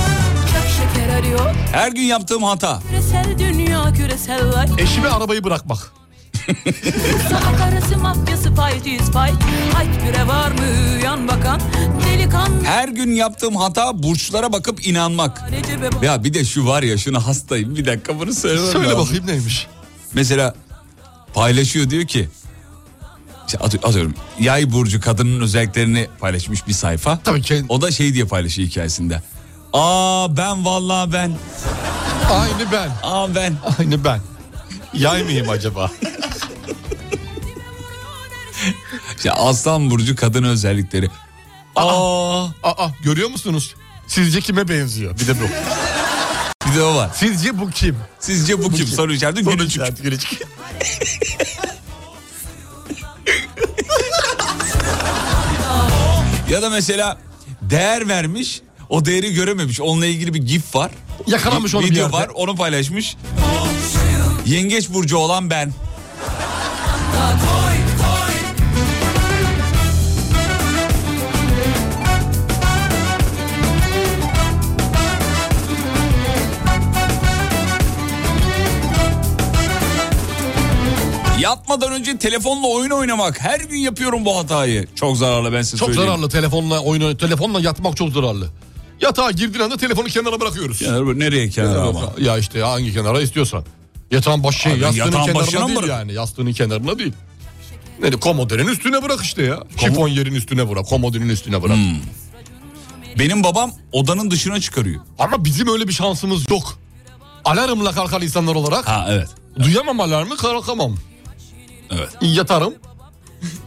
D: Çok şeker arıyor
B: Her gün yaptığım hata.
D: Küresel dünya küresel var
C: Eşime arabayı bırakmak.
D: Sokak arası mafyası fight is fight Hayt bire var mı yan bakan Delikanlı
B: Her gün yaptığım hata burçlara bakıp inanmak.
D: Recep'e bak
B: Ya bir de şu var ya şuna hastayım bir dakika bunu söylemem
C: Söyle
B: lazım.
C: bakayım neymiş.
B: Mesela paylaşıyor diyor ki işte atı- atıyorum yay burcu kadının özelliklerini paylaşmış bir sayfa.
C: Tabii ki
B: O da şey diye paylaşıyor hikayesinde. Aa ben vallahi ben.
C: aynı ben.
B: Aa ben.
C: Aynı ben. Yay mıyım acaba?
B: <laughs>
C: <laughs>
B: İşte aslan burcu kadın özellikleri. Aa
C: Aa görüyor musunuz? Sizce kime benziyor? Bir de bu.
B: bir de o var.
C: Sizce bu kim?
B: Sizce bu kim? Soru içeride gülücük.
C: Gülücük. Gülücük.
B: Ya da mesela değer vermiş o değeri görememiş. Onunla ilgili bir gif var.
C: Yakalamış onu bir
B: Video
C: yerde.
B: var onu paylaşmış. Yengeç burcu olan ben. Yatmadan önce telefonla oyun oynamak. Her gün yapıyorum bu hatayı. Çok zararlı ben size
C: Çok
B: söyleyeyim.
C: zararlı telefonla oyun telefonla yatmak çok zararlı. Yatağa girdiğin anda telefonu kenara bırakıyoruz.
B: Kenara bırak- nereye kenara
C: Kenara
B: ama?
C: bırak. Ya işte hangi kenara istiyorsan. Yatağın başı şey,
B: Abi
C: yastığının
B: yatağın başına mı
C: kenarına değil
B: bırak-
C: yani. Yastığının kenarına değil. Yani komodinin üstüne bırak işte ya. Şifon yerin üstüne bırak, komodinin üstüne bırak.
B: Hmm. Benim babam odanın dışına çıkarıyor.
C: Ama bizim öyle bir şansımız yok. Alarmla kalkan insanlar olarak
B: Ha evet.
C: duyamam alarmı, kalkamam.
B: Evet.
C: Yatarım,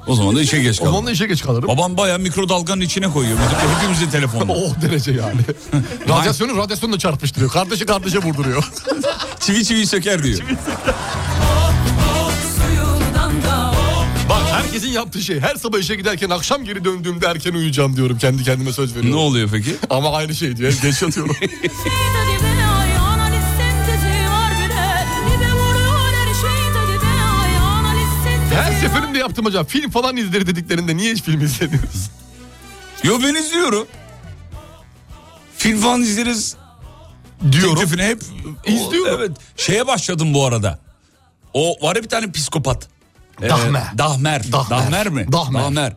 B: O zaman da işe geç
C: o zaman
B: kaldım.
C: da işe geç kalırım.
B: Babam baya mikrodalganın içine koyuyor. Bizim hepimizin telefonu.
C: O derece
B: <laughs>
C: yani. radyasyonu radyasyonla çarpıştırıyor. Kardeşi kardeşe vurduruyor.
B: <laughs> çivi çivi söker diyor.
D: suyundan da
C: Bak herkesin yaptığı şey her sabah işe giderken akşam geri döndüğümde erken uyuyacağım diyorum. Kendi kendime söz veriyorum.
B: ne oluyor peki?
C: <laughs> Ama aynı şey diyor. hep Geç
B: <laughs>
C: yatıyorum.
D: şey
C: her seferinde yaptım acaba. Film falan izleri dediklerinde niye hiç film izlemiyoruz?
B: Yo ben izliyorum. Film falan izleriz.
C: Diyorum.
B: Teklifini hep
C: İzliyorum.
B: Evet. Şeye başladım bu arada. O var ya bir tane psikopat. Ee,
C: Dahmer.
B: Dahmer. Dahmer.
C: Dahmer.
B: mi?
C: Dahmer.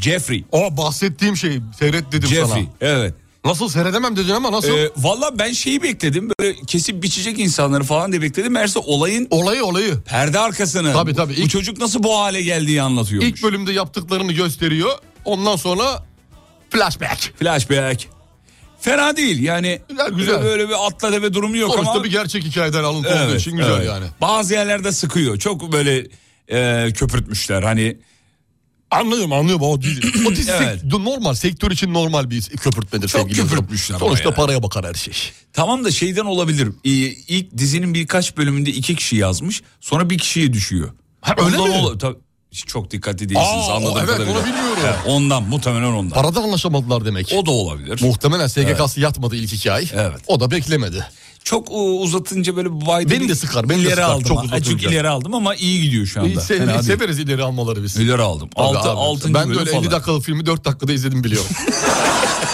B: Jeffrey.
C: O bahsettiğim şey seyret dedim sana.
B: Jeffrey. Evet.
C: Nasıl seyredemem dedin ama nasıl?
B: Ee, Valla ben şeyi bekledim böyle kesip biçecek insanları falan diye bekledim. Meğerse olayın
C: olayı olayı.
B: perde arkasını.
C: Tabii, tabii.
B: Bu
C: İlk-
B: çocuk nasıl bu hale geldiği anlatıyormuş.
C: İlk bölümde yaptıklarını gösteriyor. Ondan sonra flashback.
B: Flashback. Fena değil yani.
C: Güzel, güzel.
B: Böyle bir atla deve durumu yok
C: Sonuçta
B: ama.
C: bir gerçek hikayeden alıntı olduğu için güzel
B: evet.
C: yani.
B: Bazı yerlerde sıkıyor. Çok böyle e, köpürtmüşler hani.
C: Anlıyorum anlıyorum o dizi. o dizi
B: <clears throat> Evet.
C: sek- normal sektör için normal bir köpürtmedir.
B: Çok
C: sevgili dostum.
B: köpürtmüşler ama
C: Sonuçta
B: yani.
C: paraya bakar her şey.
B: Tamam da şeyden olabilir. Ee, İlk dizinin birkaç bölümünde iki kişi yazmış. Sonra bir kişiye düşüyor.
C: Ha, öyle
B: Ondan
C: mi?
B: ola- Tabii, hiç çok dikkatli değilsiniz
C: Aa,
B: anladığım
C: evet,
B: kadarıyla.
C: onu bilmiyorum.
B: Evet, ondan muhtemelen ondan.
C: Parada anlaşamadılar demek.
B: O da olabilir.
C: Muhtemelen SGK'sı yatmadı ilk iki ay.
B: Evet.
C: O da beklemedi.
B: Çok e, uzatınca böyle baydı.
C: Beni de sıkar, beni de
B: ileri
C: sıkar,
B: aldım.
C: çok
B: ha.
C: uzatınca.
B: Azıcık ileri aldım ama iyi gidiyor şu anda.
C: İyi, se-
B: Fena değil.
C: severiz ileri almaları biz.
B: ileri aldım.
C: Tabii
B: Altı,
C: abi.
B: altıncı
C: Ben de
B: bölüm
C: öyle 50
B: falan.
C: dakikalık filmi 4 dakikada izledim biliyorum.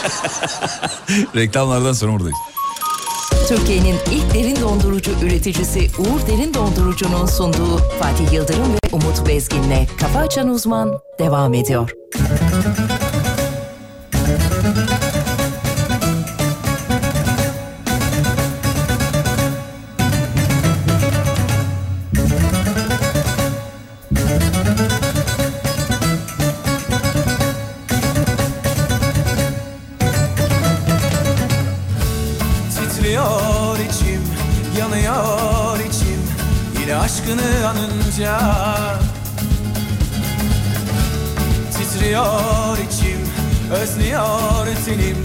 B: <laughs> Reklamlardan sonra buradayız.
E: Türkiye'nin ilk derin dondurucu üreticisi Uğur Derin Dondurucu'nun sunduğu Fatih Yıldırım ve Umut Bezgin'le Kafa Açan Uzman devam ediyor.
M: Titriyor içim, yanıyor içim Yine aşkını anınca Titriyor içim, özlüyor tenim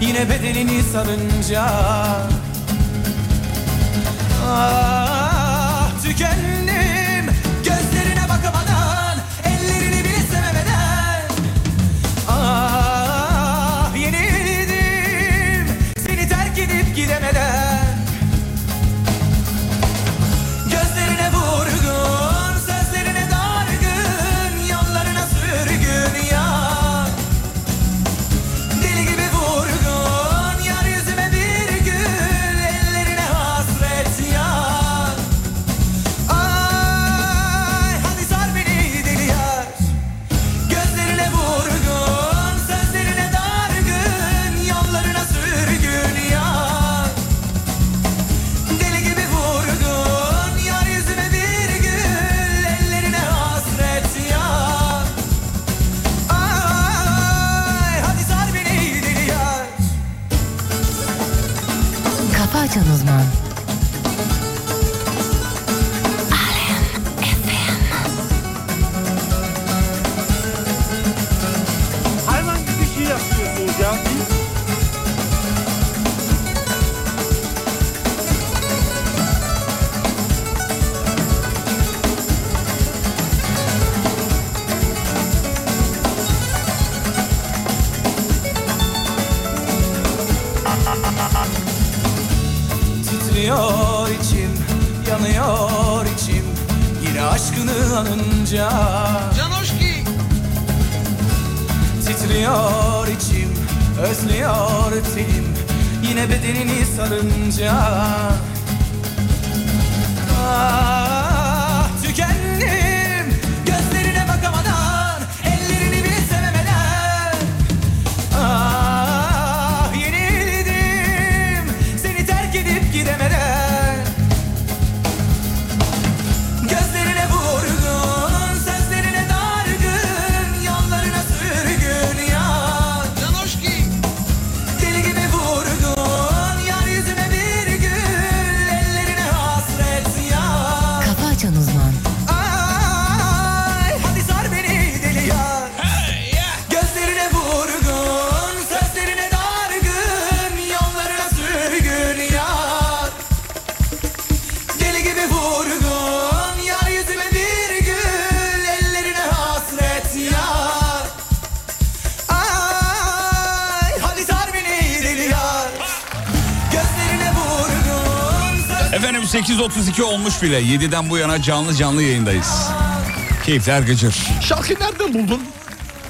M: Yine bedenini sarınca Ah tükendim Gözlerine bakamadan, ellerini bile sevemeden Ah yenildim seni terk edip gidemeden Gözlerine vurgun, sözlerine dargın, yollarına sürgün yar Deli gibi vurgun, yar yüzüme bir gül, ellerine hasret yar Ay hadi sar beni deli yar Gözlerine vurgun, sözlerine dargın, yollarına sürgün yar. Deli gibi vurgun, yar yüzüme bir gül, ellerine hasret yar. Ay, hadi sar beni deli yar.
E: Kafa Açan Uzman
M: Hayvan gibi şey yapıyorsunuz ya. Titriyor içim, yanıyor içim Yine aşkını anınca Titriyor içim, özlüyor tenim Yine bedenini sarınca Ah tükendim Gözlerine bakamadan, ellerini bile sevemeden Ah yenildim Seni terk edip gidemeden Gözlerine vurgun, sözlerine dargın, yollarına sürgün yar. Deli gibi vurgun, yar yüzüme bir gül, ellerine hasret yar.
E: Kafa Açan Uzman
M: Ay, hadi sar beni deli yar. Gözlerine vurgun, sözlerine dargın, yollarına sürgün yar. Deli gibi vurgun, yar yüzüme bir gül, ellerine hasret yar. Ay, hadi sar beni deli yar. Gözlerine vurgun, sözlerine
B: Efendim 8.32 olmuş bile. 7'den bu yana canlı canlı yayındayız. Keyifler gıcır.
C: Şarkıyı nereden buldun?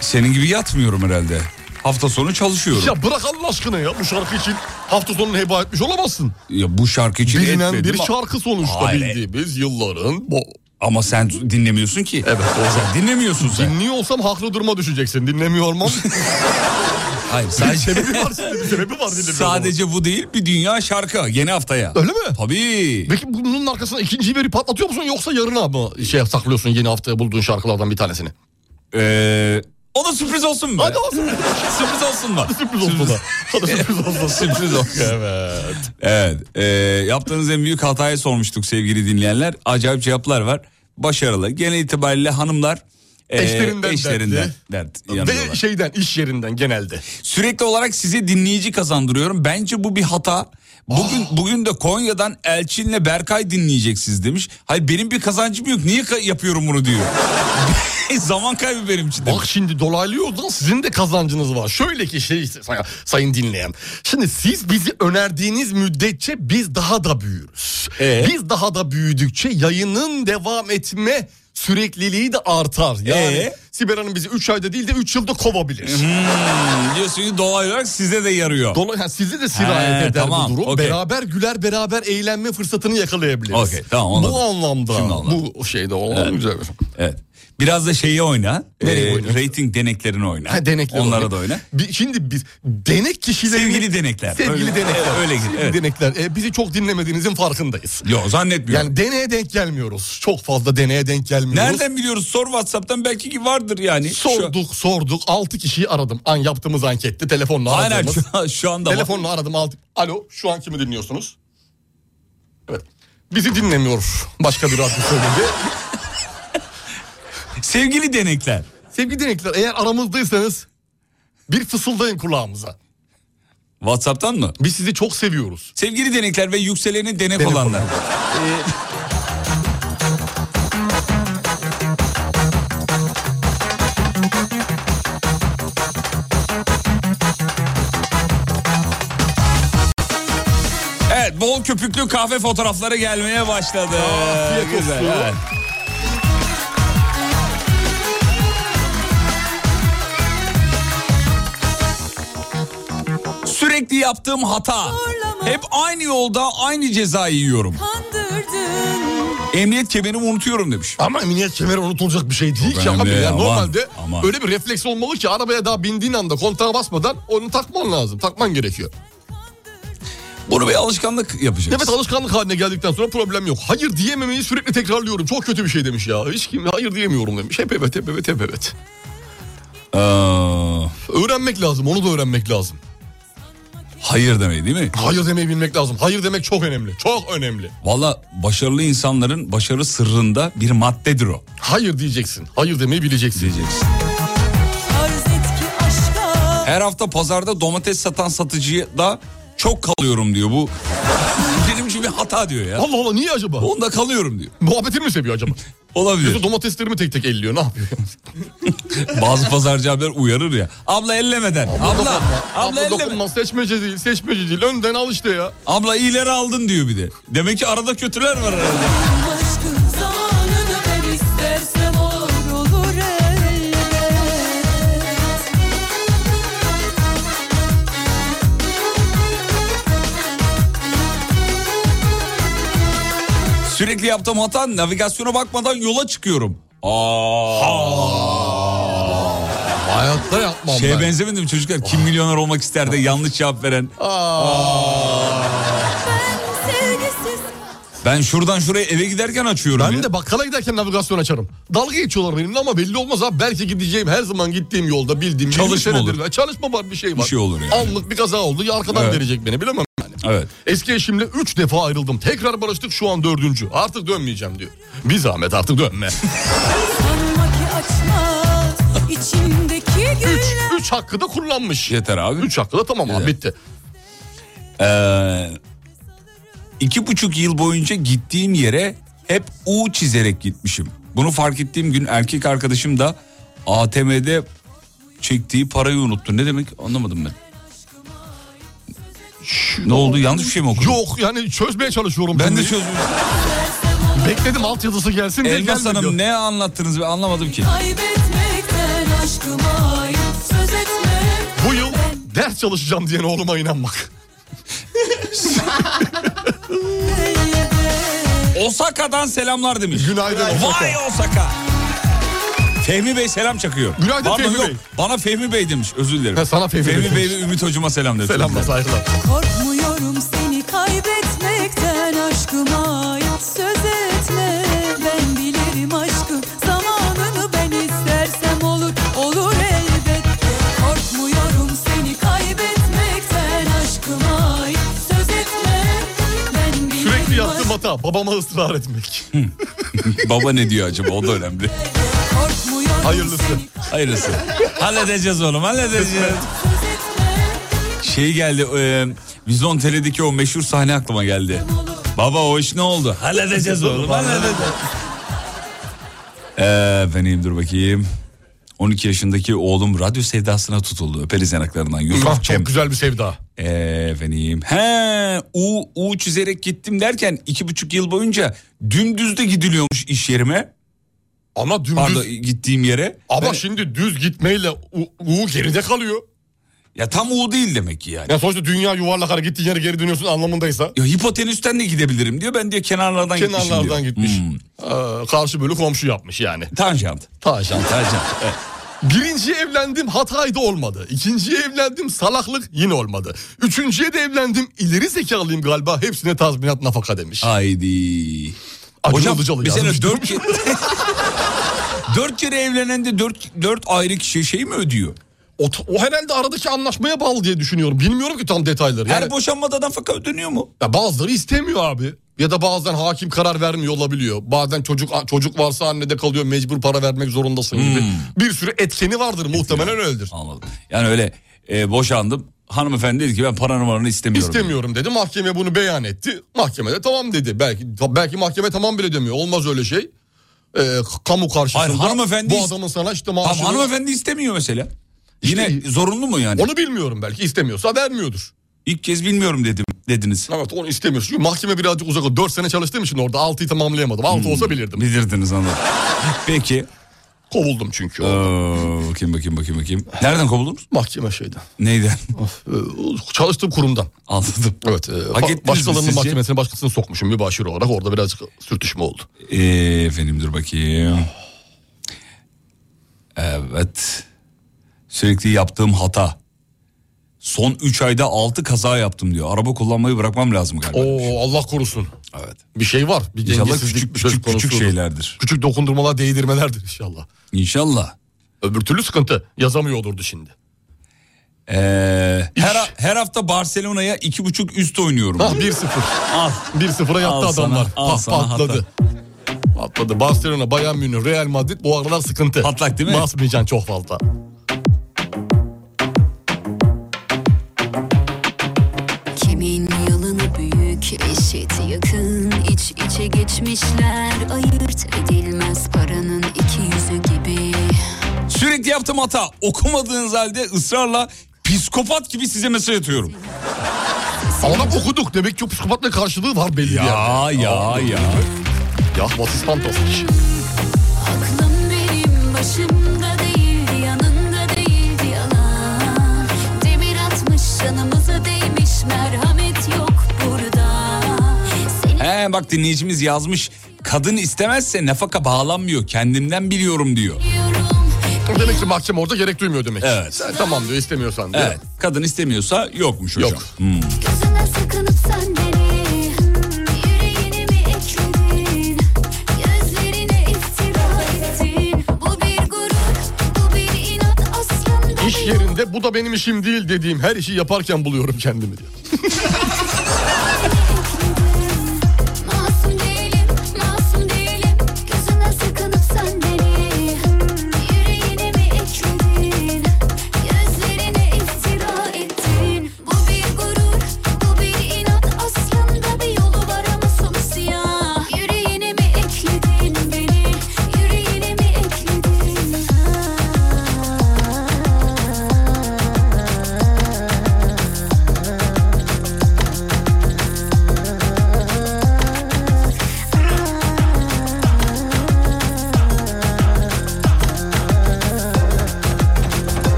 B: Senin gibi yatmıyorum herhalde. Hafta sonu çalışıyorum. Ya,
C: Ya bırak Allah aşkına ya bu şarkı için hafta sonunu heba etmiş olamazsın.
B: bu şarkı için
C: Bilinen
B: etmedim
C: bir
B: ama-
C: şarkı sonuçta
B: Hayır,
C: bildiğimiz yılların bu
B: Ama sen dinlemiyorsun ki. Evet. Sen dinlemiyorsun sen.
C: Dinliyor olsam haklı duruma düşeceksin. Dinlemiyor
B: <laughs>
C: olmam.
B: Hayır sadece...
C: sebebi var şimdi. Bir sebebi var dinlemiyor olmamın.
B: Sadece bu değil bir dünya şarkı yeni haftaya.
C: Öyle mi?
B: Tabii.
C: Peki bunun arkasına ikinciyi verip patlatıyor musun yoksa yarına mı şey saklıyorsun yeni haftaya bulduğun şarkılardan bir tanesini?
B: Ee, o da sürpriz olsun mu?
C: Hadi olsun.
B: <laughs> Sürpriz olsun mu?
C: sürpriz olsun da. Sana sürpriz olsun.
B: <laughs> Sürpriz olsun.
C: Evet.
B: Evet. e, yaptığınız en büyük hatayı sormuştuk sevgili dinleyenler. Acayip cevaplar var. Başarılı. Genel itibariyle hanımlar e,
C: Eşlerinden
B: eşlerinden
C: dertli.
B: dert
C: Ve
B: yanıyorlar.
C: şeyden iş yerinden genelde.
B: Sürekli olarak size dinleyici kazandırıyorum. Bence bu bir hata. Bugün
C: Ah.
B: bugün de Konya'dan Elçin'le Berkay dinleyeceksiniz demiş. Hayır benim bir kazancım yok. Niye ka- yapıyorum
C: <laughs>
B: bunu diyor. Zaman kaybı benim için demiş.
C: Bak şimdi dolaylı yoldan sizin de kazancınız var. Şöyle ki şey say- sayın dinleyen. Şimdi siz bizi önerdiğiniz müddetçe biz daha da büyürüz.
B: Ee?
C: Biz daha da büyüdükçe yayının devam etme sürekliliği de artar. Yani
B: Ee?
C: Sibel Hanım bizi 3 ayda değil de 3 yılda kovabilir.
B: Hmm, diyorsun ki dolaylı olarak size de yarıyor.
C: Dolayısıyla sizi de sirayet
B: He,
C: eder
B: tamam,
C: bu durum.
B: okey.
C: Beraber güler beraber eğlenme fırsatını yakalayabiliriz.
B: Okey, tamam, anladım.
C: Bu anlamda
B: Şimdi anladım.
C: bu şeyde olan güzel.
B: Evet. Biraz da şeyi oyna.
C: Nereye
B: Ee,
C: oynayayım?
B: rating deneklerini oyna.
C: Ha, denekler
B: Onlara
C: oluyor.
B: da oyna.
C: Bir- şimdi biz denek kişilerini...
B: Sevgili denekler.
C: Sevgili
B: Öyle-
C: denekler.
B: Öyle gir.
C: Sevgili
B: Evet.
C: denekler. E, bizi çok dinlemediğinizin farkındayız.
B: Yok zannetmiyorum.
C: Yani deneye denk gelmiyoruz. Çok fazla deneye denk gelmiyoruz.
B: Nereden biliyoruz? Sor WhatsApp'tan belki ki vardır yani. Şu-
C: Sorduk sorduk. 6 kişiyi aradım. An yaptığımız ankette telefonla
B: Aynen
C: aradığımız.
B: şu, an- şu anda. var.
C: Telefonla aradım. Alt... Alo şu an kimi dinliyorsunuz? Evet. Bizi dinlemiyor. Başka bir radyo söyledi.
B: <laughs> Sevgili denekler.
C: Sevgili dinleyiciler eğer aramızdaysanız bir fısıldayın kulağımıza.
B: WhatsApp'tan mı?
C: Biz sizi çok seviyoruz.
B: Sevgili denekler ve yükseleni denek,
C: Denek
B: olanlar. Evet bol köpüklü kahve fotoğrafları gelmeye başladı.
C: Afiyet olsun.
B: Ee, Güzel, evet. Sürekli yaptığım hata. Hep aynı yolda aynı cezayı yiyorum. Emniyet kemerimi unutuyorum demiş.
C: Ama emniyet kemeri unutulacak bir şey değil
B: Çok
C: ki abi.
B: önemli,
C: Ya.
B: aman,
C: Normalde
B: aman.
C: öyle bir refleks olmalı ki arabaya daha bindiğin anda kontağa basmadan onu takman lazım. Takman gerekiyor.
B: Bunu bir alışkanlık yapacağız.
C: Evet alışkanlık haline geldikten sonra problem yok. Hayır diyememeyi sürekli tekrarlıyorum. Çok kötü bir şey demiş ya. Hiç kim hayır diyemiyorum demiş. Hep evet hep evet hep evet.
B: Aa,
C: Öğrenmek lazım onu da öğrenmek lazım.
B: hayır demeyi değil mi?
C: Hayır demeyi bilmek lazım. Hayır demek çok önemli. Çok önemli.
B: Valla başarılı insanların başarı sırrında bir maddedir o.
C: Hayır diyeceksin. Hayır demeyi bileceksin.
B: Diyeceksin. Her hafta pazarda domates satan satıcıya da çok kalıyorum diyor bu. <laughs> Benim için bir hata diyor ya.
C: Allah Allah niye acaba?
B: Onda kalıyorum diyor.
C: Muhabbetini mi seviyor acaba?
B: <laughs> Olabilir.
C: Yoksa domateslerimi tek tek elliyor ne yapıyor?
B: Bazı pazarcı abiler uyarır ya. Abla ellemeden. Abla, abla, elleme.
C: dokunma seçmece değil seçmece değil önden al işte ya.
B: Abla iyileri aldın diyor bir de. Demek ki arada kötüler var herhalde. Sürekli yaptığım hata navigasyona bakmadan yola çıkıyorum.
C: Hayatta yapmam
B: Şeye
C: ben.
B: benzemedim mi çocuklar? Kim milyoner olmak ister de yanlış cevap veren. Ben şuradan şuraya eve giderken açıyorum ya.
C: Ben de bakkala giderken navigasyon açarım. Dalga geçiyorlar benimle ama belli olmaz abi. Belki gideceğim her zaman gittiğim yolda bildiğim.
B: Çalışma
C: 20 senedir-
B: olur.
C: Ya Çalışma var bir şey var.
B: Bir şey olur yani.
C: Anlık bir kaza oldu ya arkadan
B: Evet.
C: verecek beni bilemem yani.
B: Evet.
C: Eski eşimle 3 defa ayrıldım. Tekrar barıştık şu an dördüncü. Artık dönmeyeceğim diyor. Bir zahmet artık dönme.
B: <laughs>
D: İçimdeki
C: 3 3 hakkı da kullanmış.
B: Yeter abi.
C: 3 hakkı da tamam abi bitti.
B: Ee, iki buçuk yıl boyunca gittiğim yere hep U çizerek gitmişim. Bunu fark ettiğim gün erkek arkadaşım da ATM'de çektiği parayı unuttu. Ne demek anlamadım ben. Ne oldu yanlış bir şey mi okudum?
C: Yok yani çözmeye çalışıyorum.
B: Ben de
C: cümleyi.
B: çözdüm.
C: Bekledim altyazısı gelsin diye
B: Elmas
C: gelmiyor.
B: Hanım ne anlattınız ben anlamadım ki.
D: Kaybetmekten aşkıma ayıp söz etme
C: Bu yıl ders çalışacağım diyen oğluma inanmak.
B: Osaka'dan selamlar demiş.
C: Günaydın
B: Vay
C: Osaka.
B: Osaka. Fehmi Bey selam çakıyor.
C: Günaydın
B: Pardon,
C: Fehmi
B: yok.
C: Bey.
B: Bana Fehmi Bey demiş özür dilerim.
C: Ha, sana Fehmi Bey
B: Bey
C: demiş.
B: ve Ümit Hocama selam demiş.
C: Selamlar saygılar.
L: Korkmuyorum seni kaybetmekten aşkıma yap söz etme Ben bilirim aşkı zamanını ben istersem olur olur elbet Korkmuyorum seni kaybetmekten aşkıma yap söz etme Ben bilirim
C: Sürekli
L: aşkı-
C: yaptığım hata babama ısrar etmek.
B: <laughs> Baba ne diyor acaba o da önemli.
L: Korkmuyorum
C: Hayırlısı.
B: Hayırlısı. halledeceğiz oğlum halledeceğiz. şey geldi e, Vizon Tele'deki o meşhur sahne aklıma geldi. Baba o iş ne oldu? Halledeceğiz oğlum halledeceğiz. Ee, Efendim dur bakayım. 12 yaşındaki oğlum radyo sevdasına tutuldu. Öperiz yanaklarından. Yusuf
C: Ah,
B: Cem.
C: çok güzel bir sevda.
B: Ee, Efendim. He, U, U çizerek gittim derken iki buçuk yıl boyunca dümdüz de gidiliyormuş iş yerime.
C: Ama dümdüz.
B: Pardon gittiğim yere.
C: Ama
B: Ben-
C: şimdi düz gitmeyle U, U geride kalıyor.
B: ya tam U değil demek ki yani.
C: Ya sonuçta dünya yuvarlak hareket gittiğin yere geri dönüyorsun anlamındaysa.
B: Ya hipotenüsten de gidebilirim diyor. Ben diyor kenarlardan,
C: Kenarlardan
B: gitmişim diyor.
C: gitmiş.
B: Hmm.
C: Ee, karşı bölü komşu yapmış yani.
B: Tanjant.
C: Taşan.
B: Tanjant. Evet.
C: Birinciye evlendim hataydı olmadı. İkinciye evlendim salaklık yine olmadı. Üçüncüye de evlendim ileri zekalıyım galiba hepsine tazminat nafaka demiş.
B: Haydi.
C: Acun
B: Hocam
C: Ilıcalı
B: mesela
C: yazmış.
B: dört kere...
C: <laughs>
B: dört kere evlenen de dört, dört ayrı kişi şey mi ödüyor?
C: O, o herhalde aradaki anlaşmaya bağlı diye düşünüyorum. Bilmiyorum ki tam detayları.
B: Her
C: Yani,
B: boşanmada nafaka ödeniyor mu?
C: ya bazıları istemiyor abi. Ya da bazen hakim karar vermiyor olabiliyor. Bazen çocuk çocuk varsa annede kalıyor mecbur para vermek zorundasın gibi.
B: Hmm.
C: Bir sürü etkeni vardır muhtemelen öyledir.
B: Anladım. Yani öyle e, boşandım. Hanımefendi dedi ki ben para numaranı istemiyorum.
C: İstemiyorum dedi. Mahkeme bunu beyan etti. Mahkeme de tamam dedi. Belki belki mahkeme tamam bile demiyor. Olmaz öyle şey. Ee, k- kamu karşısında
B: Hayır, hanımefendi
C: bu
B: is-
C: adamın sana işte
B: Tamam
C: maaşını...
B: hanımefendi istemiyor mesela. Yine
C: İşte-
B: zorunlu mu yani?
C: Onu bilmiyorum belki istemiyorsa vermiyordur.
B: İlk kez bilmiyorum dedim dediniz.
C: Evet onu istemiyor. Çünkü mahkeme birazcık uzak. 4 sene çalıştığım için orada 6'yı tamamlayamadım. 6 olsa bilirdim.
B: Hmm, Bilirdiniz anladım. Peki.
C: Kovuldum çünkü.
B: Ee, bakayım bakayım bakayım bakayım. Nereden kovuldunuz?
C: Mahkeme şeyden. <laughs>
B: Neyden?
C: Ee, çalıştığım kurumdan.
B: Anladım.
C: Evet. e,
B: Hak
C: fa-
B: ettiniz mi
C: başkalarının
B: sizce?
C: mahkemesine başkasını sokmuşum mübaşir olarak. Orada birazcık sürtüşme oldu.
B: Ee, efendim dur bakayım. Evet. Sürekli yaptığım hata. Son 3 ayda 6 kaza yaptım diyor. Araba kullanmayı bırakmam lazım galiba. demiş.
C: Oo Allah korusun.
B: Evet.
C: Bir şey var. Bir
B: İnşallah
C: dengesizlik
B: küçük
C: söz
B: küçük, küçük
C: konusu.
B: şeylerdir.
C: Küçük dokundurmalar değdirmelerdir inşallah.
B: İnşallah.
C: Öbür türlü sıkıntı. Yazamıyor olurdu şimdi.
B: Ee, her, her hafta Barcelona'ya iki buçuk üst oynuyorum.
C: Ah
B: diyor.
C: 1-0.
B: Al.
C: 1-0'a yattı
B: Al sana,
C: adamlar.
B: al
C: Pa-
B: sana
C: patladı. Patladı. Barcelona, Bayern Münih, Real Madrid bu aralar sıkıntı.
B: Patlak değil mi?
C: Basmayacaksın çok fazla.
F: Kimin yılını büyük eşit yakın iç içe geçmişler ayırt edilmez paranın iki yüzü gibi
B: Sürekli yaptığım hata. Okumadığınız halde ısrarla psikopat gibi size mesaj atıyorum.
C: Ama bak okuduk. Demek ki o psikopatla karşılığı var belli
B: Ya ya
C: yerde.
B: ya.
C: Ya what is fantastic.
F: Aklım benim başımda değildi yanında değildi yalan Demir atmış canımıza değmiş merhamet yok burada Seni
B: He bak dinleyicimiz yazmış. Kadın istemezse nafaka bağlanmıyor. Kendimden biliyorum diyor.
F: biliyorum
C: Demek ki mahkeme orada gerek duymuyor demek. ki.
B: Evet.
C: Sen tamam diyor istemiyorsan diyor.
B: Evet. Kadın istemiyorsa yokmuş hocam.
C: Yok.
B: Hmm.
F: Gözüne sıkınıp sen beni Yüreğini mi ekledin Gözlerine iftira ettin Bu bir gurur Bu bir inat aslında
C: İş
F: bir
C: yerinde bu da benim işim değil dediğim her işi yaparken buluyorum kendimi diyor.
F: Masum değilim, masum değilim. Gözüne sıkınıp sen beni yüreğine mi ekledin? Gözlerine iftira ettin. Bu bir gurur, bu bir inat. Aslında bir yolu var ama sonu siyah. Yüreğine mi ekledin beni? Yüreğine mi ekledin?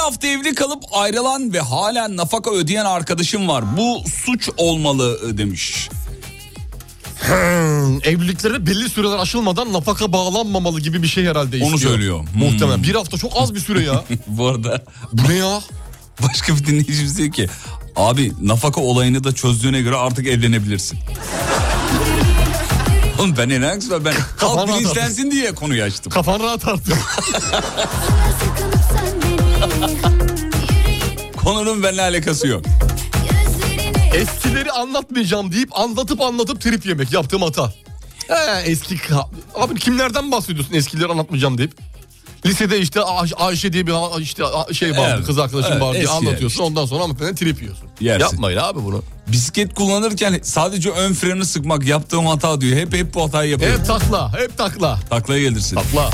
B: hafta evli kalıp ayrılan ve hala nafaka ödeyen arkadaşım var. Bu suç olmalı e, demiş.
C: Hmm, evliliklere belli süreler aşılmadan nafaka bağlanmamalı gibi bir şey herhalde
B: Onu
C: istiyor.
B: söylüyor. Hmm.
C: Muhtemelen. Bir hafta çok az bir süre ya.
B: Bu arada
C: Bu ne ya?
B: başka bir dinleyicimiz diyor ki abi nafaka olayını da çözdüğüne göre artık evlenebilirsin. <laughs> Oğlum ben ne alakası var? Ben
C: Kafan
B: halk
C: rahat
B: bilinçlensin diye konuyu açtım.
C: Kafan rahat artık.
B: <laughs> Konunun benimle alakası yok.
C: Eskileri anlatmayacağım deyip anlatıp anlatıp trip yemek yaptığım hata. He, eski ka- abi kimlerden bahsediyorsun eskileri anlatmayacağım deyip? Lisede işte Ay- Ayşe diye bir ha- işte a- şey vardı
B: Evet,
C: kız arkadaşım
B: evet,
C: vardı diye
B: eski
C: anlatıyorsun
B: işte.
C: ondan sonra anlatmayana trip yiyorsun.
B: <laughs> Yersin.
C: Yapmayın abi bunu.
B: Bisiklet kullanırken sadece ön freni sıkmak yaptığım hata diyor. Hep hep bu hatayı yapıyorum.
C: Hep takla hep takla.
B: Taklaya gelirsin.
C: Takla.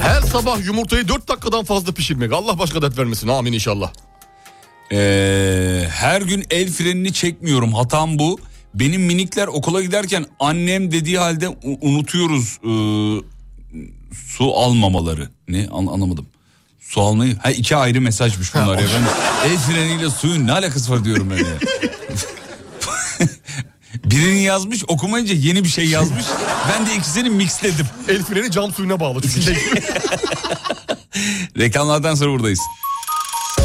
C: Her sabah yumurtayı 4 dakikadan fazla pişirmek. Allah başka dert vermesin. Amin inşallah.
B: Ee, her gün el frenini çekmiyorum. Hatam bu. Benim minikler okula giderken annem dediği halde u- unutuyoruz ee, su almamaları. Ne An- anlamadım. Su almayı. Ha iki ayrı mesajmış bunlar ya. Ben el freniyle suyun ne alakası var diyorum ben ya. <laughs> Birini yazmış okumayınca yeni bir şey yazmış. Ben de ikisini mixledim.
C: El freni cam suyuna bağlı. Çünkü
B: <laughs> Reklamlardan sonra buradayız.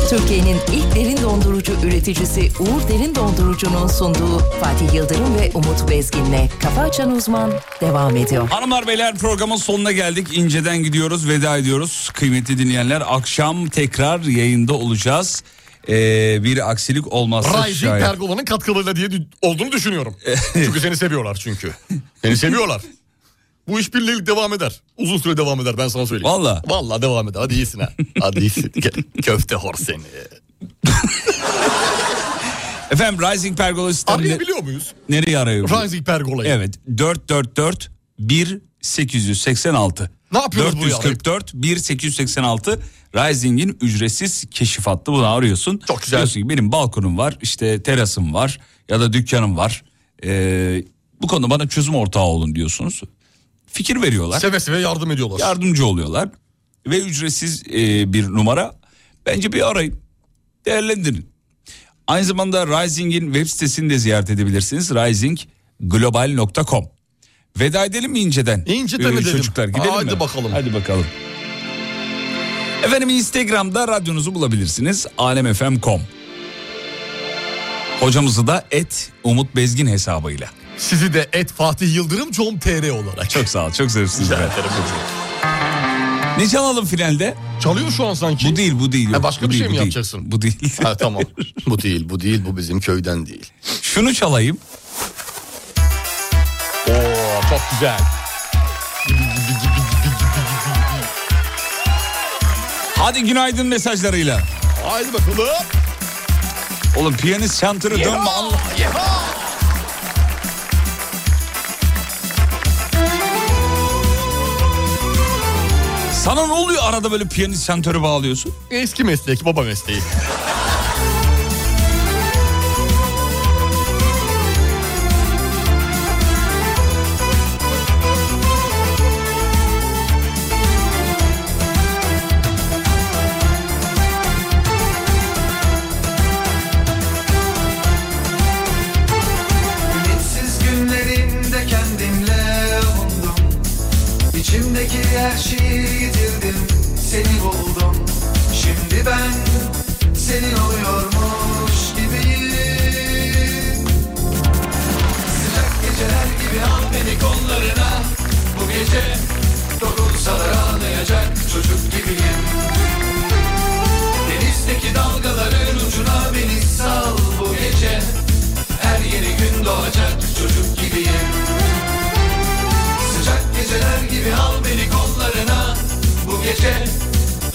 E: Türkiye'nin ilk derin dondurucu üreticisi Uğur Derin Dondurucu'nun sunduğu Fatih Yıldırım ve Umut Bezgin'le Kafa Açan Uzman devam ediyor.
B: Hanımlar beyler programın sonuna geldik. İnceden gidiyoruz veda ediyoruz. Kıymetli dinleyenler akşam tekrar yayında olacağız. Ee, bir aksilik olmazsa
C: Rising
B: şayet.
C: Pergola'nın katkılarıyla diye dü- olduğunu düşünüyorum.
B: Ee,
C: çünkü seni seviyorlar çünkü.
B: <laughs>
C: Seni seviyorlar. Bu iş birlik devam eder. Uzun süre devam eder ben sana söyleyeyim.
B: Valla.
C: Vallahi devam eder. Hadi iyisin ha. Hadi iyisin. Gö- Köfte hor seni.
B: Efendim Rising Pergola sistemini
C: Arayabiliyor muyuz?
B: nereye arıyor?
C: Rising Pergola'yı.
B: Evet 444 1886.
C: Ne yapıyoruz buraya
B: 444 1886 Rising'in ücretsiz keşif hattı. Bunu arıyorsun.
C: Çok güzel.
B: Diyorsun ki benim balkonum var, işte terasım var ya da dükkanım var. Ee, bu konuda bana çözüm ortağı olun diyorsunuz. Fikir veriyorlar.
C: Seve seve yardım ediyorlar.
B: Yardımcı oluyorlar. Ve ücretsiz e, bir numara. Bence bir arayın. Değerlendirin. Aynı zamanda Rising'in web sitesini de ziyaret edebilirsiniz. risingglobal.com Veda edelim mi inceden?
C: İnceden
B: Ee,
C: edelim.
B: Çocuklar gidelim
C: Hadi
B: mi?
C: bakalım.
B: Hadi bakalım. Efendim Instagram'da radyonuzu bulabilirsiniz. alemfm.com Hocamızı da et Umut Bezgin hesabıyla.
C: Sizi de et Fatih Yıldırım com.tr olarak.
B: Çok sağ ol. Çok sevimsiniz. efendim. Ne çalalım finalde?
C: Çalıyor şu an sanki.
B: Bu değil bu değil.
C: Ha,
B: Yok,
C: başka
B: bu
C: bir şey
B: değil,
C: mi
B: bu değil.
C: yapacaksın?
B: Bu değil.
C: Ha, tamam. bu değil bu değil bu bizim köyden değil.
B: Şunu çalayım.
C: Oo çok güzel.
B: Hadi günaydın mesajlarıyla.
C: Haydi bakalım.
B: Oğlum piyanist şantırı dönme Allah. Sana ne oluyor arada böyle piyanist şantörü bağlıyorsun?
C: Eski meslek baba mesleği.
D: Ümitsiz günlerimde kendimle avundum İçimdeki her şeyi yitirdim Seni buldum Şimdi ben senin oluyormuş gibiyim Sıcak geceler gibi al beni kollarına Bu gece dokunsalar ağlayacak çocuk gibiyim Denizdeki dalgaların ucuna beni sal bu gece Her yeni gün doğacak çocuk gibiyim Sıcak geceler gibi al beni kollarına Bu gece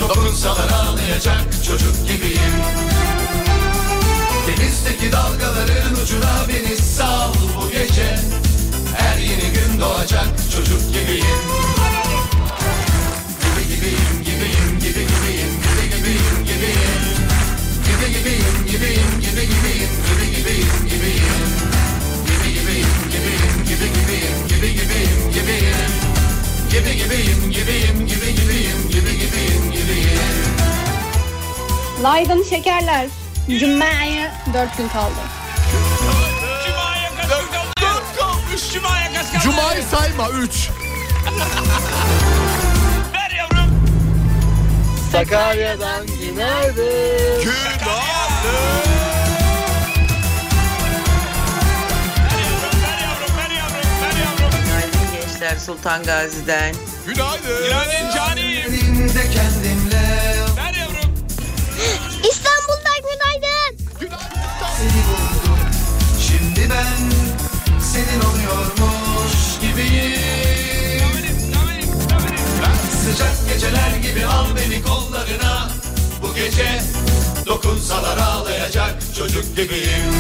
D: dokunsalar ağlayacak çocuk gibiyim Denizdeki dalgaların ucuna beni sal bu gece Her yeni gün doğacak çocuk gibiyim Gibi gibiyim gibiyim gibi gibiyim gibi gibiyim gibiyim Gibi gibiyim gibiyim gibi gibiyim gibi gibiyim gibiyim Gibi gibiyim gibiyim gibi gibiyim gibi gibiyim gibi gibiyim gibiyim gibi gibiyim gibi gibiyim gibiyim
N: Laydan'ı şekerler. Cuma'ya dört gün kaldı.
D: Dört kalmış Cuma'ya kaç kaldı?
C: Cuma'yı sayma 3.
D: Sakarya'dan günaydın. Günaydın.
A: Günaydın gençler Sultan Gazi'den.
D: Günaydın. Günaydın canim. Ver yavrum.
E: İstanbul'dan günaydın.
D: Seni buldum. Şimdi ben senin oluyormuş gibiyim. Sıcak geceler gibi al beni kollarına. Bu gece dokunsalar ağlayacak çocuk gibiyim.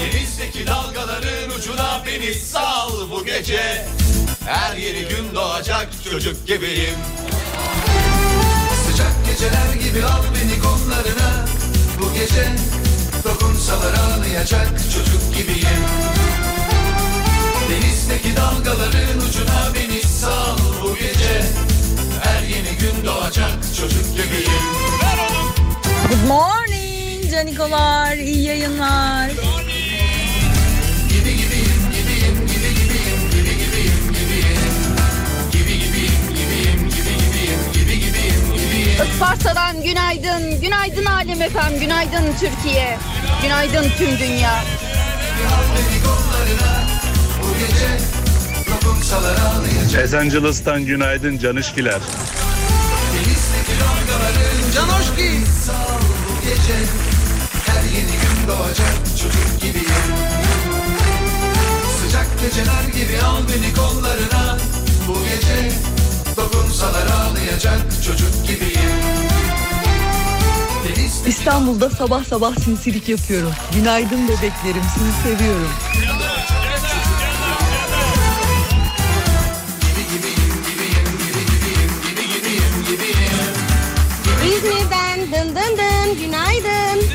D: Denizdeki dalgaların ucuna beni sal bu gece. Her yeni gün doğacak çocuk gibiyim. Sıcak geceler gibi al beni kollarına bu gece. Dokunsalar ağlayacak çocuk gibiyim. Denizdeki dalgaların ucuna beni sal bu gece. Her yeni gün doğacak çocuk gibiyim.
J: Good morning canikolar, iyi yayınlar.
N: Isparta'dan günaydın. Günaydın Alem efem. Günaydın Türkiye. Günaydın tüm dünya.
D: Bu gece dokunsalar ağlayacak.
O: Esencilis'ten günaydın canışkiler.
D: Denizdeki dalgaların Can hoş Sal bu gece. Her yeni gün doğacak çocuk gibiyim. Sıcak geceler gibi al beni kollarına. Bu gece dokunsalar ağlayacak çocuk gibiyim.
H: İstanbul'da sabah sabah sinsilik yapıyorum. Günaydın bebeklerim, sizi seviyorum.
E: İzmir'den dın dın dın günaydın.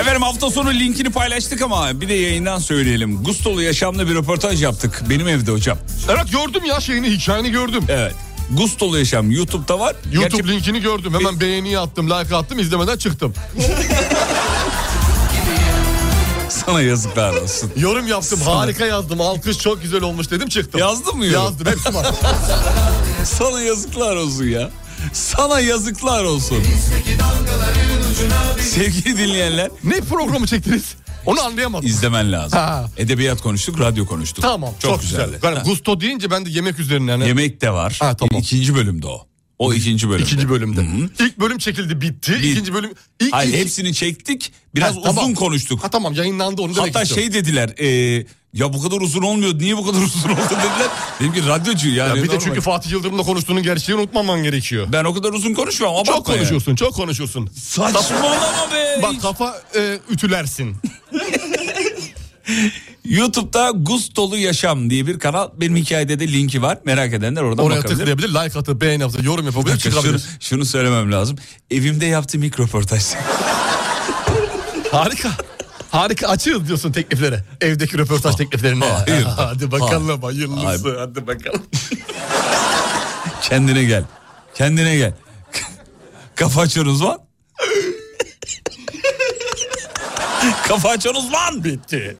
B: Efendim hafta sonu linkini paylaştık ama bir de yayından söyleyelim. Gustolu Yaşam'la bir röportaj yaptık benim evde hocam. <laughs>
C: Evet gördüm ya şeyini hikayeni gördüm.
B: Evet. Gustolu Yaşam YouTube'da var. E-
C: YouTube linkini gördüm. Hemen beğeniyi attım, like attım, izlemeden çıktım.
B: <laughs> Sana yazıklar olsun.
C: Yorum yaptım, harika yazdım. Alkış çok güzel olmuş dedim çıktım.
B: Yazdın mı yorum?
C: Yazdım, hepsi var.
B: <laughs> Sana yazıklar olsun ya. Sana yazıklar olsun. Sevgili dinleyenler.
C: Ne programı çektiniz? Onu anlayamadım.
B: İzlemen lazım.
C: Ha.
B: Edebiyat konuştuk, radyo konuştuk.
C: Tamam, çok, güzel. Yani gusto deyince ben de yemek üzerine yani.
B: Yemek de var. Ha, tamam. İkinci bölümde o. O ikinci bölümde. İkinci
C: bölümde. İlk bölüm çekildi, bitti. İkinci bölüm... ilk-
B: Hayır
C: ilk-
B: hepsini çektik. Biraz
C: Ha,
B: uzun
C: tamam.
B: konuştuk.
C: Ha tamam yayınlandı onu demek
B: Hatta şey
C: istiyorum.
B: dediler. e, ya bu kadar uzun olmuyor. Niye bu kadar <laughs> uzun oldu dediler. Dedim ki radyocu yani.
C: Ya bir de
B: normal.
C: çünkü Fatih Yıldırım'la konuştuğunun gerçeği unutmaman gerekiyor.
B: Ben o kadar uzun konuşmam abartma
C: Çok konuşuyorsun, çok konuşuyorsun.
B: Saçmalama be.
C: Bak kafa e, ütülersin.
B: <laughs> YouTube'da Gustolu Yaşam diye bir kanal. Benim hikayede de linki var. Merak edenler oradan
C: Oraya
B: bakabilir.
C: tıklayabilir, like atıp beğeni atıp yorum yapabilir,
B: Bakın şunu,
C: çıkabilir.
B: şunu söylemem lazım. Evimde yaptığım ilk röportaj. <laughs>
C: Harika. Harika açığız diyorsun tekliflere. Evdeki röportaj tekliflerine.
B: hayır.
C: <laughs> Hadi bakalım hayırlısı.
B: Hayır.
C: Hadi bakalım. <laughs>
B: Kendine gel. Kendine gel. <laughs> Kafa açan uzman. Kafa açan uzman.
C: Bitti.